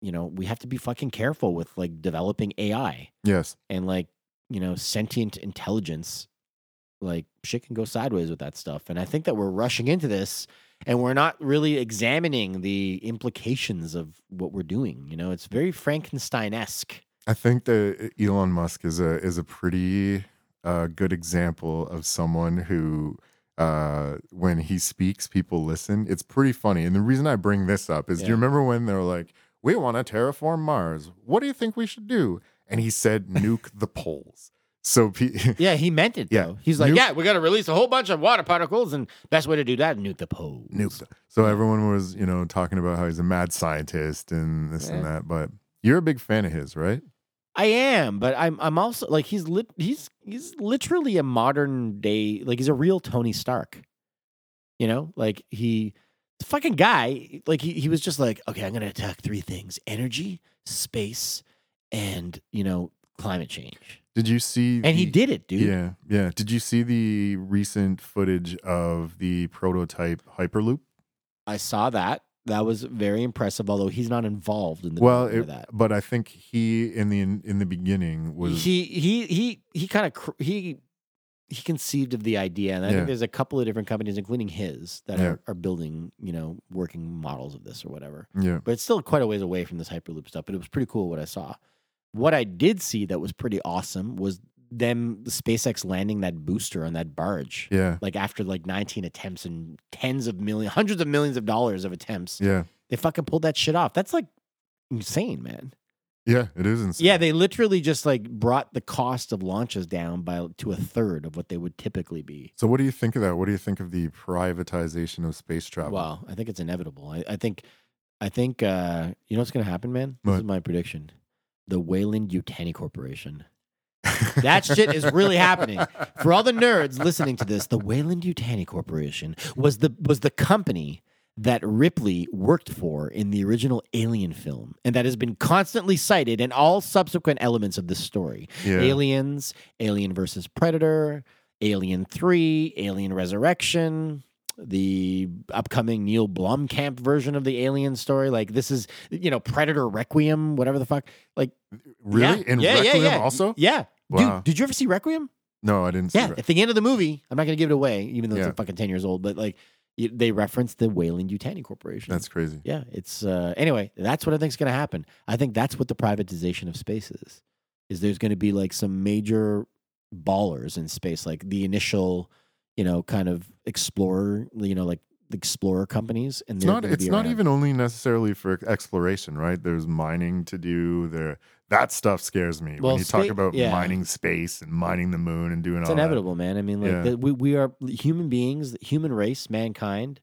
A: you know, we have to be fucking careful with like developing AI
B: Yes.
A: and like you know sentient intelligence. Like shit can go sideways with that stuff, and I think that we're rushing into this and we're not really examining the implications of what we're doing. You know, it's very Frankenstein esque.
B: I think that Elon Musk is a is a pretty uh, good example of someone who, uh, when he speaks, people listen. It's pretty funny, and the reason I bring this up is, do
A: Yeah.
B: you remember when they were like, "We want to terraform Mars. What do you think we should do?" And he said, "Nuke the poles." So, pe-
A: Yeah, he meant it
B: Yeah.
A: though. He's like,
B: Nuke-
A: yeah, we got to release a whole bunch of water particles, and best way to do that, nuke the poles.
B: Nuke. them. So everyone was, you know, talking about how he's a mad scientist and this and
A: Yeah.
B: that. But you're a big fan of his, right?
A: I am, but I'm I'm also like he's lit he's he's literally a modern day like he's a real Tony Stark. You know, like he the fucking guy, like he he was just like, okay, I'm gonna attack three things: energy, space, and you know, climate change.
B: Did you see?
A: And he
B: the-
A: did it, dude.
B: Yeah, yeah. Did you see the recent footage of the prototype Hyperloop?
A: I saw that. That was very impressive, although he's not involved in the
B: well,
A: development
B: it,
A: of that.
B: but I think he in the in the beginning was
A: he he he he kind of cr- he he conceived of the idea, and I
B: Yeah.
A: think there's a couple of different companies, including his, that
B: Yeah.
A: are, are building you know working models of this or whatever.
B: yeah.
A: But it's still quite a ways away from this hyperloop stuff. But it was pretty cool what I saw. What I did see that was pretty awesome was them SpaceX landing that booster on that barge.
B: Yeah,
A: Like after like 19 attempts and tens of millions, hundreds of millions of dollars of attempts,
B: yeah,
A: they fucking pulled that shit off. That's like insane, man.
B: yeah. It is insane.
A: Yeah, they literally just like brought the cost of launches down by to a third of what they would typically be.
B: So what do you think of that? What do you think of the privatization of space travel?
A: Wow, I think it's inevitable. I, I think, I think uh, you know what's going to happen, man. This
B: What?
A: is my prediction: the Wayland Yutani Corporation. That shit is really happening. For all the nerds listening to this, the Wayland Yutani Corporation was the was the company that Ripley worked for in the original Alien film, and that has been constantly cited in all subsequent elements of this story.
B: yeah.
A: Aliens, Alien versus Predator, Alien 3, Alien Resurrection, the upcoming Neil Blomkamp version of the Alien story. Like, this is, you know, Predator Requiem, whatever the fuck. Like,
B: really
A: yeah,
B: in
A: yeah,
B: Requiem
A: yeah, yeah.
B: also?
A: yeah.
B: Wow.
A: Dude, did you ever see Requiem?
B: No, I didn't. See
A: Yeah,
B: that.
A: at the end of the movie, I'm not going to give it away, even though it's
B: Yeah.
A: like fucking 10 years old, but like y- they reference the Wayland Yutani Corporation.
B: That's crazy.
A: yeah. It's uh, anyway. That's what I think is going to happen. I think that's what the privatization of space is. Is there's going to be like some major ballers in space, like the initial, you know, kind of explorer, you know, like the explorer companies, and
B: It's
A: they're
B: not.
A: gonna
B: It's
A: be
B: not
A: around.
B: even only necessarily for exploration, right? There's mining to do. There, that stuff scares me
A: Well,
B: when you
A: spa-
B: talk about
A: yeah.
B: mining space and mining the moon and doing
A: It's
B: all that.
A: inevitable, man. I mean, like
B: Yeah.
A: the, we we are human beings, the human race, mankind.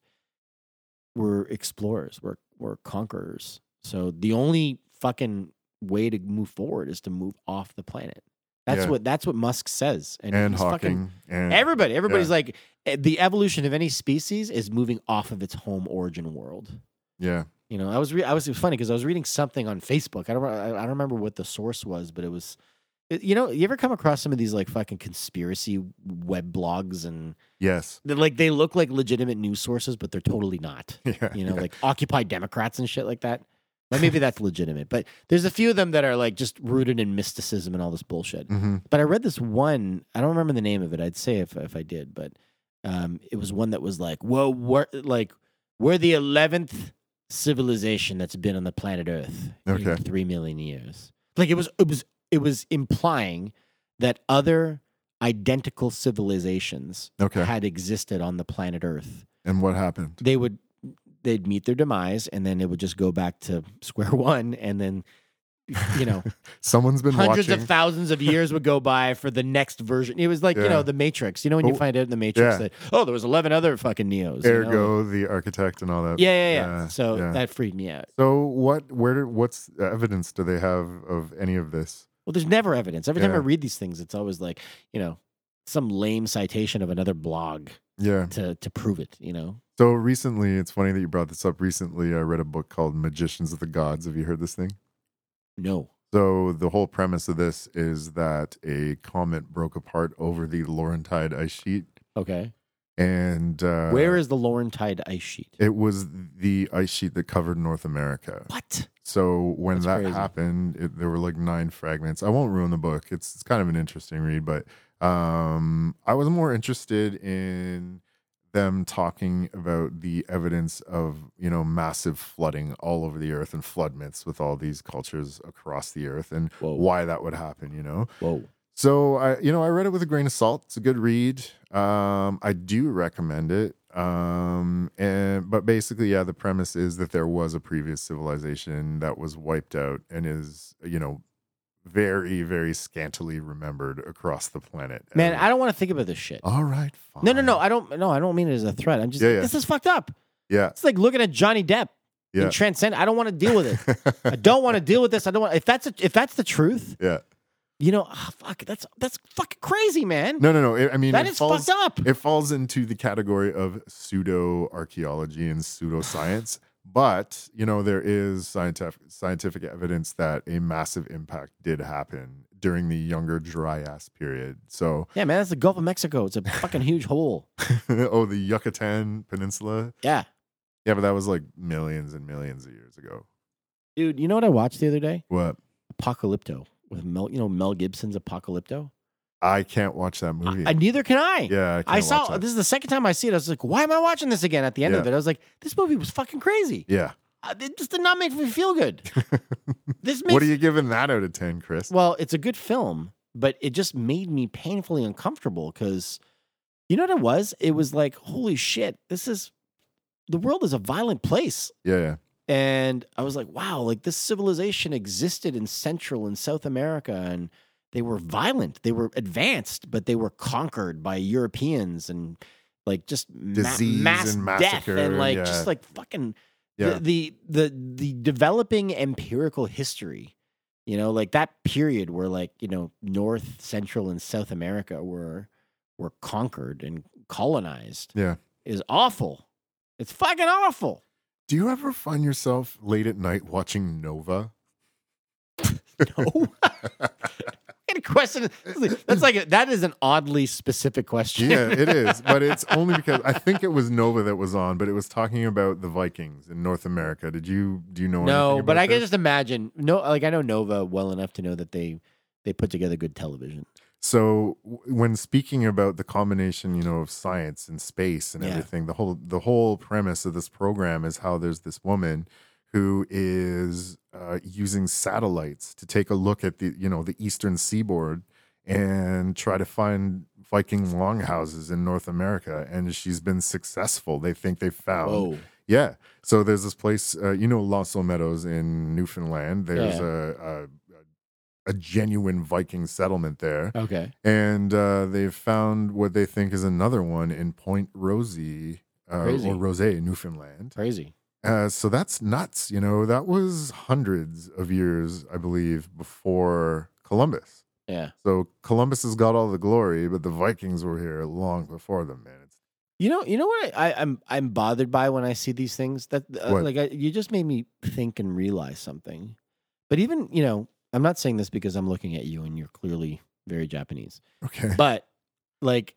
A: We're explorers. We're we're conquerors. So the only fucking way to move forward is to move off the planet. That's
B: Yeah.
A: what that's what Musk says. And,
B: and
A: he's fucking-
B: Hawking and
A: everybody, everybody's like, eh, the evolution of any species is moving off of its home origin world.
B: yeah,
A: You know, I was re- I was it was funny because I was reading something on Facebook. I don't I I don't remember what the source was, but it was it- you know, you ever come across some of these like fucking conspiracy web blogs and
B: yes,
A: they're like they look like legitimate news sources, but they're totally not.
B: yeah,
A: You know,
B: yeah.
A: like Occupy Democrats and shit like that. Now maybe that's legitimate, but there's a few of them that are like just rooted in mysticism and all this bullshit.
B: Mhm.
A: But I read this one. I don't remember the name of it. I'd say if if I did, but um, it was one that was like, "Well, we're like we're the eleventh civilization that's been on the planet Earth in
B: Okay.
A: three million years." Like it was, it was, it was implying that other identical civilizations
B: okay.
A: had existed on the planet Earth.
B: And what happened?
A: They would they'd meet their demise, and then it would just go back to square one, and then you know
B: Someone's been
A: hundreds
B: watching.
A: of thousands of years would go by for the next version. It was like you
B: Yeah.
A: know the Matrix. You know when you
B: Oh,
A: find out in the Matrix
B: yeah.
A: that oh there was eleven other fucking Neos. you know?
B: Ergo, the architect and all that.
A: Yeah, yeah, yeah.
B: Yeah,
A: so
B: yeah.
A: that freaked me out.
B: So what? Where? do- What's evidence do they have of any of this?
A: Well, there's never evidence. Every time I
B: Yeah.
A: read these things, it's always like you know some lame citation of another blog
B: Yeah.
A: to to prove it. You know.
B: So recently, it's funny that you brought this up. Recently, I read a book called Magicians of the Gods. Have you heard this thing?
A: No.
B: So the whole premise of this is that a comet broke apart over the Laurentide ice sheet,
A: Okay.
B: and uh,
A: Where is the Laurentide ice sheet?
B: it was the ice sheet that covered North America.
A: What?
B: So when
A: That's
B: that
A: crazy.
B: happened, it, there were like nine fragments. I won't ruin the book. It's it's kind of an interesting read, but um, I was more interested in them talking about the evidence of you know massive flooding all over the earth and flood myths with all these cultures across the earth and
A: Whoa.
B: why that would happen. You know,
A: Whoa.
B: so I, you know, I read it with a grain of salt. It's a good read. Um, I do recommend it. Um, and but basically, yeah, the premise is that there was a previous civilization that was wiped out and is, you know, very, very scantily remembered across the planet.
A: Man, I don't want to think about this shit.
B: All right, fine.
A: No, no, no. I don't. No, I don't mean it as a threat. I'm just.
B: Oh Yeah, yeah.
A: This is fucked up.
B: Yeah,
A: It's like looking at Johnny Depp. in
B: yeah.
A: transcend. I don't want to deal with it. I don't want to deal with this. I don't want. If that's a, if that's the truth,
B: yeah.
A: you know, ah, fuck. That's that's fucking crazy, man.
B: No, no, no. It, I mean,
A: that
B: it
A: is
B: falls-
A: fucked up.
B: It falls into the category of pseudo archaeology and pseudoscience, but you know there is scientific scientific evidence that a massive impact did happen during the Younger Dryas period. So,
A: yeah, man. That's the Gulf of Mexico. It's a fucking huge hole.
B: oh, the Yucatan Peninsula.
A: Yeah,
B: Yeah, but that was like millions and millions of years ago.
A: dude. You know what I watched the other day?
B: What?
A: Apocalypto with Mel. You know Mel Gibson's Apocalypto.
B: I can't watch that
A: I-
B: movie.
A: I- neither can I.
B: Oh, yeah, I, can't
A: I saw
B: Watch that.
A: this is the second time I see it. I was like, why am I watching this again? At the end of
B: Yeah.
A: it, I was like, this movie was fucking crazy.
B: Yeah.
A: Uh, It just did not make me feel good. this makes
B: What are you giving that out of ten, Chris?
A: Well, it's a good film, but it just made me painfully uncomfortable because you know what it was? It was like, holy shit, this is the world is a violent place.
B: Yeah, yeah,
A: And I was like, wow, like this civilization existed in Central and South America and they were violent. They were advanced, but they were conquered by Europeans and like just ma-
B: Disease
A: mass
B: and
A: death
B: massacre,
A: and like
B: yeah.
A: just like fucking
B: yeah.
A: the, the the the developing empirical history you know like that period where like you know north central and south america were were conquered and colonized
B: Yeah.
A: is awful it's fucking awful
B: Do you ever find yourself late at night watching Nova?
A: no any question that's like a, that is an oddly specific question
B: yeah, it is. But it's only because I think it was Nova that was on, but it was talking about the Vikings in North America. Did you do you know?
A: no
B: anything
A: but
B: about
A: i can
B: this?
A: just imagine no like i know nova well enough to know that they they put together good television
B: So w- when speaking about the combination, you know, of science and space and
A: Yeah.
B: everything, the whole the whole premise of this program is how there's this woman who is uh, using satellites to take a look at the you know the eastern seaboard and try to find Viking longhouses in North America, and she's been successful. They think they found
A: Whoa.
B: yeah. So there's this place, uh, you know, Lasso Meadows in Newfoundland. There's a, a a genuine Viking settlement there,
A: Okay.
B: and uh, they've found what they think is another one in Point Rosie uh,
A: Crazy.
B: or Rose, Newfoundland.
A: Crazy.
B: Uh, so that's nuts. You know, that was hundreds of years, I believe, before Columbus.
A: Yeah.
B: So Columbus has got all the glory, but the Vikings were here long before them, man. It's,
A: You know, you know what I, I, I'm I'm bothered by when I see these things. That uh,
B: What?
A: like I, you just made me think and realize something. But even you know, I'm not saying this because I'm looking at you and you're clearly very Japanese.
B: okay.
A: But like,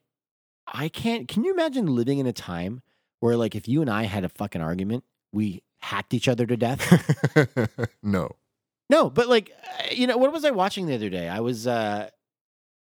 A: I can't. Can you imagine living in a time where like if you and I had a fucking argument, we hacked each other to death?
B: no.
A: No, but like, uh, you know, what was I watching the other day? I was, uh,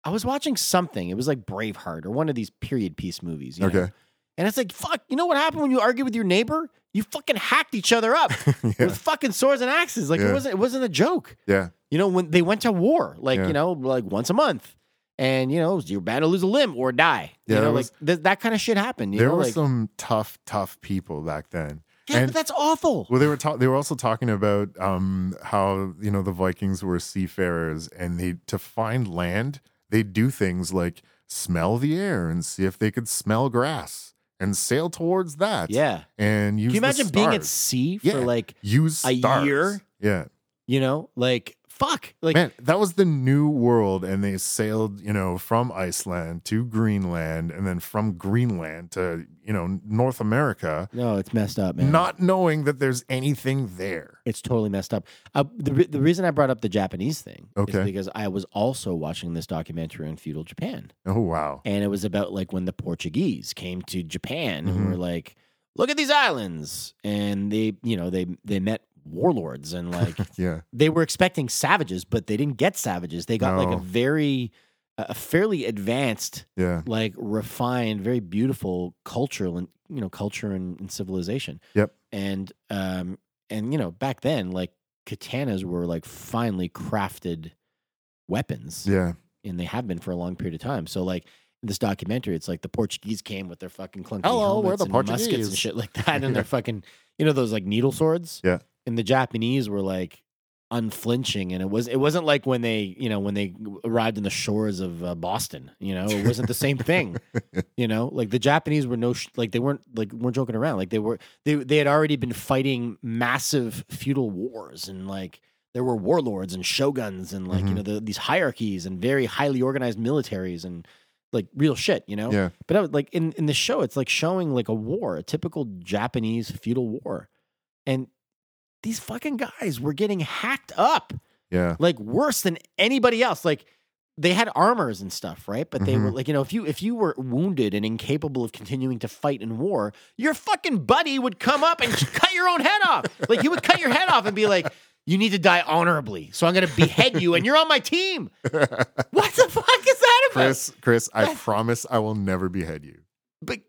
A: I was watching something. It was like Braveheart or one of these period piece movies. you know?
B: Okay.
A: And it's like, fuck, you know what happened when you argued with your neighbor? You fucking hacked each other up
B: yeah.
A: with fucking swords and axes. Like it
B: Yeah.
A: wasn't, it wasn't a joke.
B: Yeah.
A: You know, when they went to war, like,
B: Yeah.
A: you know, like once a month and you know, you're bound to lose a limb or die. you
B: Yeah,
A: know,
B: there
A: like
B: was-
A: th- that kind of shit happened. You
B: there
A: know,
B: were
A: like,
B: some tough, tough people back then.
A: yeah,
B: and-
A: but that's awful.
B: Well, they were ta- they were also talking about um, how you know the Vikings were seafarers, and they to find land they do things like smell the air and see if they could smell grass and sail towards that.
A: yeah.
B: and use
A: Can you
B: the
A: imagine being at
B: stars.
A: sea for
B: Yeah.
A: like,
B: use
A: a
B: stars.
A: year?
B: Yeah,
A: you know, like, fuck, like,
B: man, that was the new world, and they sailed you know from Iceland to Greenland, and then from Greenland to you know North America.
A: No, it's messed up, man.
B: not knowing that there's anything there.
A: it's totally messed up. Uh, the re- the reason I brought up the Japanese thing
B: Okay.
A: is because I was also watching this documentary on feudal Japan,
B: Oh wow.
A: and it was about like when the Portuguese came to Japan and
B: Mhm.
A: were like, "Look at these islands," and they, you know, they they met warlords and like
B: Yeah.
A: they were expecting savages, but they didn't get savages. They got like
B: No.
A: a very a fairly advanced,
B: Yeah.
A: like refined, very beautiful culture and you know culture and, and civilization.
B: Yep.
A: And um and you know back then like katanas were like finely crafted weapons,
B: Yeah.
A: and they have been for a long period of time. So like. In this documentary, it's like the Portuguese came with their fucking clunky
B: Hello, we're
A: helmets
B: the
A: and muskets and
B: Portuguese.
A: shit like that, and
B: Yeah.
A: their fucking, you know, those like needle swords.
B: Yeah.
A: And the Japanese were like unflinching, and it was it wasn't like when they, you know, when they arrived in the shores of uh, Boston. You know, it wasn't the same thing. You know, like the Japanese were no sh- like they weren't like weren't joking around. Like they were they they had already been fighting massive feudal wars and like there were warlords and shoguns and like you
B: Mhm.
A: know the, these hierarchies and very highly organized militaries and like real shit. You know.
B: Yeah.
A: But I would, like in in the show, it's like showing like a war, a typical Japanese feudal war, and these fucking guys were getting hacked up
B: Yeah.
A: like worse than anybody else. Like they had armors and stuff, right? But they were
B: Mhm.
A: like, you know, if you if you were wounded and incapable of continuing to fight in war, your fucking buddy would come up and cut your own head off. Like he would cut your head off and be like, "You need to die honorably, so I'm gonna behead you, and you're on my team." What the fuck is that about?
B: Chris, Chris, I
A: Yes.
B: promise I will never behead you.
A: But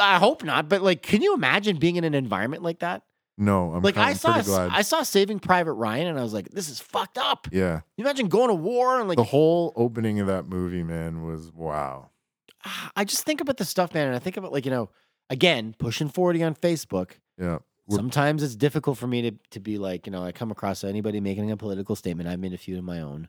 A: I hope not. But like, can you imagine being in an environment like that?
B: No, I'm,
A: like
B: kind-
A: I
B: I'm
A: saw,
B: pretty glad.
A: I saw Saving Private Ryan, and I was like, this is fucked up.
B: yeah.
A: You imagine going to war and like,
B: the whole opening of that movie, man, was wow.
A: ah, I just think about the stuff, man, and I think about like you know, again, pushing forty on Facebook.
B: Yeah. We're-
A: Sometimes it's difficult for me to to be like, you know, I come across anybody making a political statement. I've made a few of my own,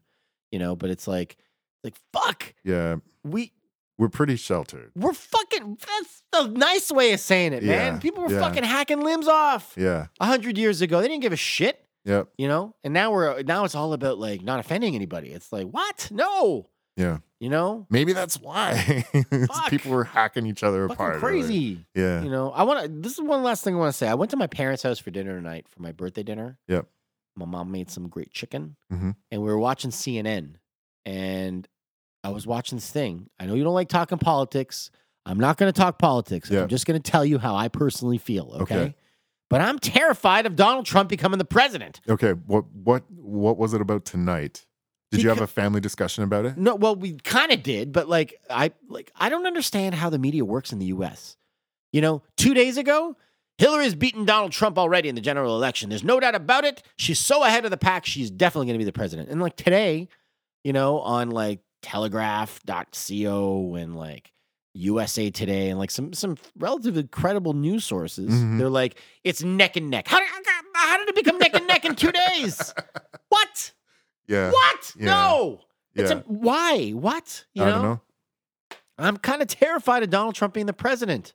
A: you know, but it's like, like fuck,
B: Yeah.
A: we
B: We're pretty sheltered.
A: we're fucking. That's the nice way of saying it, man.
B: Yeah,
A: People were
B: yeah.
A: fucking hacking limbs off.
B: Yeah.
A: a hundred years ago, they didn't give a shit,
B: Yep.
A: you know. And now we're now it's all about like not offending anybody. It's like what? No,
B: Yeah.
A: you know,
B: Maybe that's why
A: Fuck.
B: people were hacking each other
A: fucking
B: apart. earlier.
A: crazy.
B: Yeah.
A: You know, I want to. This is one last thing I want to say. I went to my parents' house for dinner tonight for my birthday dinner.
B: Yep.
A: My mom made some great chicken,
B: Mhm.
A: and we were watching CNN, and I was watching this thing. I know you don't like talking politics. I'm not going to talk politics.
B: Yeah.
A: I'm just going to tell you how I personally feel.
B: Okay.
A: okay. But I'm terrified of Donald Trump becoming the president.
B: Okay. What what what was it about tonight? Did you have a family discussion about it?
A: No, well, we kind of did, but like I like I don't understand how the media works in the U.S. You know, two days ago, Hillary's beaten Donald Trump already in the general election. There's no doubt about it. She's so ahead of the pack. She's definitely going to be the president. And like today, you know, on like Telegraph.co and like USA Today and like some some relatively credible news sources,
B: Mhm.
A: they're like it's neck and neck. How did, how did it become neck and neck in two days? What?
B: Yeah.
A: What?
B: yeah.
A: No.
B: Yeah.
A: It's a, why? What? You
B: I
A: know?
B: don't know.
A: I'm kind of terrified of Donald Trump being the president.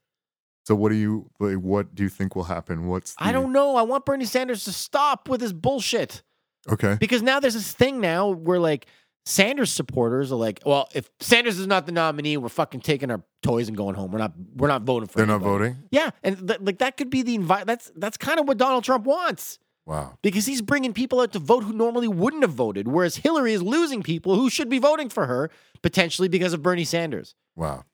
B: So what do you like, what do you think will happen? What's the,
A: I don't know. I want Bernie Sanders to stop with his bullshit
B: Okay.
A: because now there's this thing now where like Sanders supporters are like, well, if Sanders is not the nominee, we're fucking taking our toys and going home. We're not. We're not voting for.
B: They're not
A: anybody."
B: voting?
A: Yeah, and th- like that could be the invite. That's that's kind of what Donald Trump wants
B: Wow.
A: because he's bringing people out to vote who normally wouldn't have voted, whereas Hillary is losing people who should be voting for her potentially because of Bernie Sanders.
B: Wow.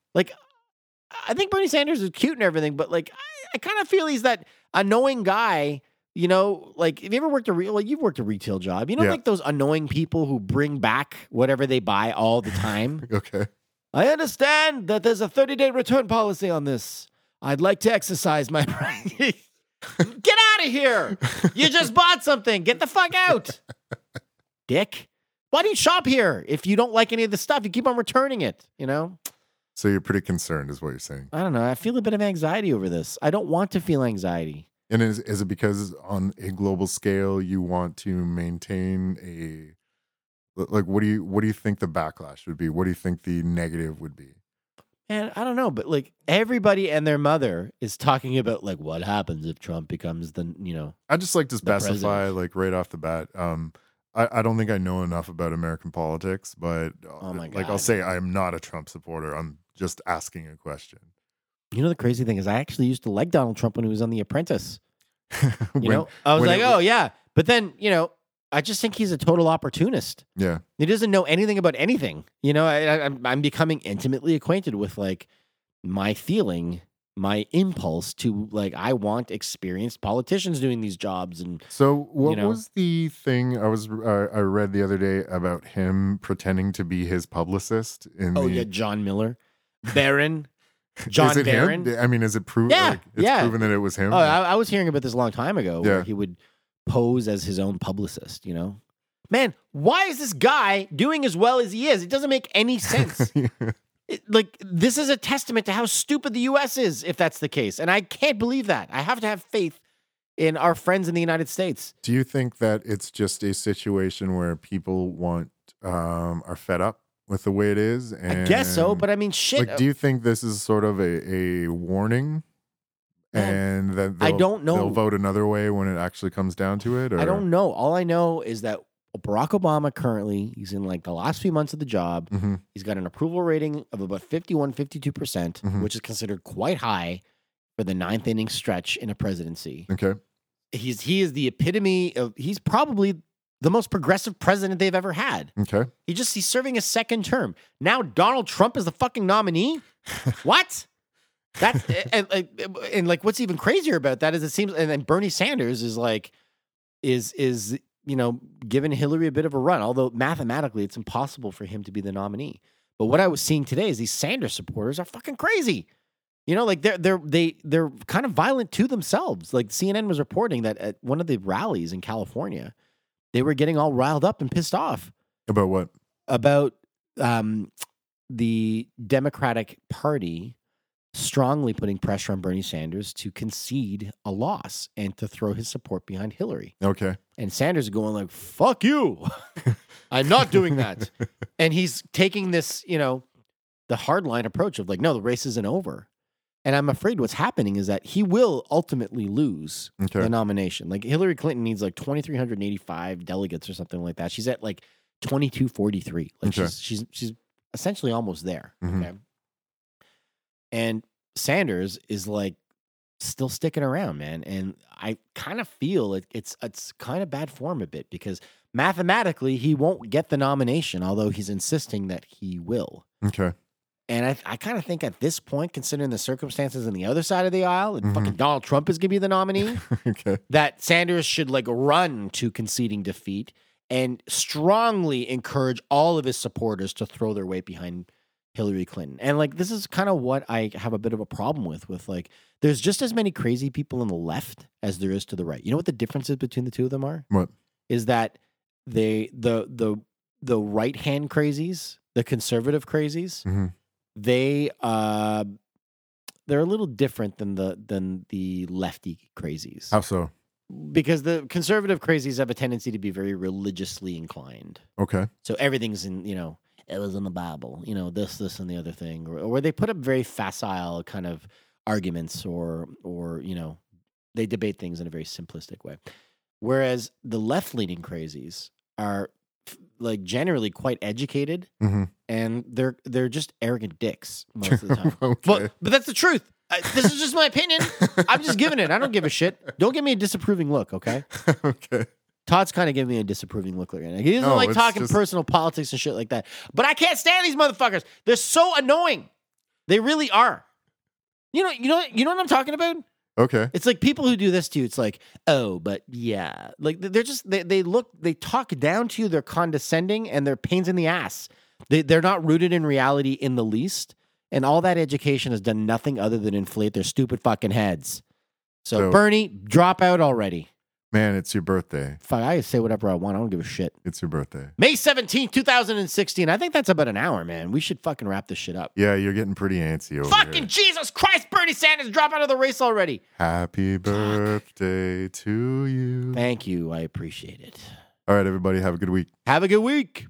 A: I think Bernie Sanders is cute and everything, but like I, I kind of feel he's that annoying guy. You know, like have you ever worked a real? Like you've worked a retail job. You know,
B: Yeah.
A: like those annoying people who bring back whatever they buy all the time.
B: Okay.
A: I understand that there's a 30 day return policy on this. I'd like to exercise my right. Get out of here! You just bought something. Get the fuck out, dick. Why do you shop here if you don't like any of the stuff? You keep on returning it. You know.
B: So you're pretty concerned is what you're saying.
A: I don't know. I feel a bit of anxiety over this. I don't want to feel anxiety.
B: And is is it because on a global scale you want to maintain a like what do you what do you think the backlash would be? What do you think the negative would be?
A: And I don't know, but like everybody and their mother is talking about like what happens if Trump becomes the, you know,
B: I just like to
A: president.
B: specify, like right off the bat. Um, I, I don't think I know enough about American politics, but uh,
A: Oh my
B: like I'll
A: God.
B: say, I am not a Trump supporter. I'm just asking a question.
A: you know the crazy thing is I actually used to like Donald Trump when he was on The Apprentice. You
B: When-
A: know, I was
B: when
A: like,
B: it
A: "Oh
B: wa-
A: yeah." But then, you know, I just think he's a total opportunist.
B: yeah,
A: He doesn't know anything about anything. You know, I, I, I'm I'm becoming intimately acquainted with like my feeling, my impulse to like I want experienced politicians doing these jobs and
B: So what
A: know?
B: was the thing I was uh, I read the other day about him pretending to be his publicist in
A: Oh
B: the
A: yeah, John Miller, Barron,
B: is
A: John
B: it
A: Barron.
B: him? I mean, is it proven?
A: Yeah,
B: like, it's
A: yeah.
B: proven that it was him.
A: Oh, I, I was hearing about this a long time ago. Where
B: Yeah.
A: he would pose as his own publicist. You know, man, why is this guy doing as well as he is? It doesn't make any sense. It- like this is a testament to how stupid the U.S. is, if that's the case. And I can't believe that. I have to have faith in our friends in the United States.
B: Do you think that it's just a situation where people want um, are fed up with the way it is? And
A: I guess so, but I mean, shit.
B: like, do you think this is sort of a, a warning, and that
A: I
B: they'll-
A: don't know.
B: They'll vote another way when it actually comes down to it. Or
A: I don't know. All I know is that Barack Obama currently, he's in like the last few months of the job.
B: Mhm.
A: He's got an approval rating of about 51, 52%, percent
B: Mhm.
A: which is considered quite high for the ninth inning stretch in a presidency.
B: Okay.
A: He's he is the epitome of he's probably the most progressive president they've ever had.
B: Okay.
A: He just he's serving a second term. Now Donald Trump is the fucking nominee? what? That's and, and, and like what's even crazier about that is it seems and then Bernie Sanders is like is is you know giving Hillary a bit of a run, although mathematically it's impossible for him to be the nominee. But what I was seeing today is these Sanders supporters are fucking crazy. You know, like they're they're they they're kind of violent to themselves. Like CNN was reporting that at one of the rallies in California, they were getting all riled up and pissed off
B: About what?
A: about um, the Democratic Party strongly putting pressure on Bernie Sanders to concede a loss and to throw his support behind Hillary.
B: Okay.
A: And Sanders is going like, "Fuck you, I'm not doing that." and he's taking this, you know, the hardline approach of like, "No, the race isn't over." And I'm afraid what's happening is that he will ultimately lose
B: Okay.
A: the nomination. Like Hillary Clinton needs like 2385 delegates or something like that. She's at like 2243. Like
B: Okay.
A: she's she's she's essentially almost there.
B: Mhm.
A: Okay. And Sanders is like still sticking around, man. And I kind of feel it, it's it's kind of bad form a bit because mathematically he won't get the nomination, although he's insisting that he will.
B: Okay.
A: And I, I kind of think at this point, considering the circumstances on the other side of the aisle, and
B: Mhm.
A: fucking Donald Trump is gonna be the nominee
B: okay.
A: that Sanders should like run to conceding defeat and strongly encourage all of his supporters to throw their weight behind Hillary Clinton. And like this is kind of what I have a bit of a problem with with like there's just as many crazy people on the left as there is to the right. You know what the differences between the two of them are?
B: What?
A: Is that they the the the right hand crazies, the conservative crazies,
B: Mhm.
A: they uh they're a little different than the than the lefty crazies.
B: How so?
A: Because the conservative crazies have a tendency to be very religiously inclined.
B: Okay.
A: So everything's in, you know, it was in the Bible, you know, this, this, and the other thing, or, or they put up very facile kind of arguments, or, or you know, they debate things in a very simplistic way. Whereas the left leaning crazies are f- like generally quite educated,
B: Mm-hmm.
A: and they're they're just arrogant dicks most of the time.
B: okay.
A: But but that's the truth. I, this is just my opinion. I'm just giving it. I don't give a shit. Don't give me a disapproving look, okay?
B: okay.
A: Todd's kind of giving me a disapproving look right now. He doesn't
B: No,
A: like
B: it's
A: talking
B: just-
A: personal politics and shit like that. But I can't stand these motherfuckers. They're so annoying. They really are. You know, you know, you know what I'm talking about?
B: Okay.
A: It's like people who do this to you. It's like, oh, but yeah, like they're just they they look they talk down to you. They're condescending and they're pains in the ass. They they're not rooted in reality in the least. And all that education has done nothing other than inflate their stupid fucking heads. So,
B: So-
A: Bernie, drop out already.
B: Man, it's your birthday.
A: Fuck, I can say whatever I want. I don't give a shit.
B: It's your birthday.
A: May 17th, 2016. I think that's about an hour, man. We should fucking wrap this shit up.
B: Yeah, you're getting pretty antsy over
A: Fucking
B: here.
A: Jesus Christ, Bernie Sanders, drop out of the race already.
B: Happy birthday to you.
A: Thank you. I appreciate it.
B: All right, everybody, have a good week.
A: Have a good week.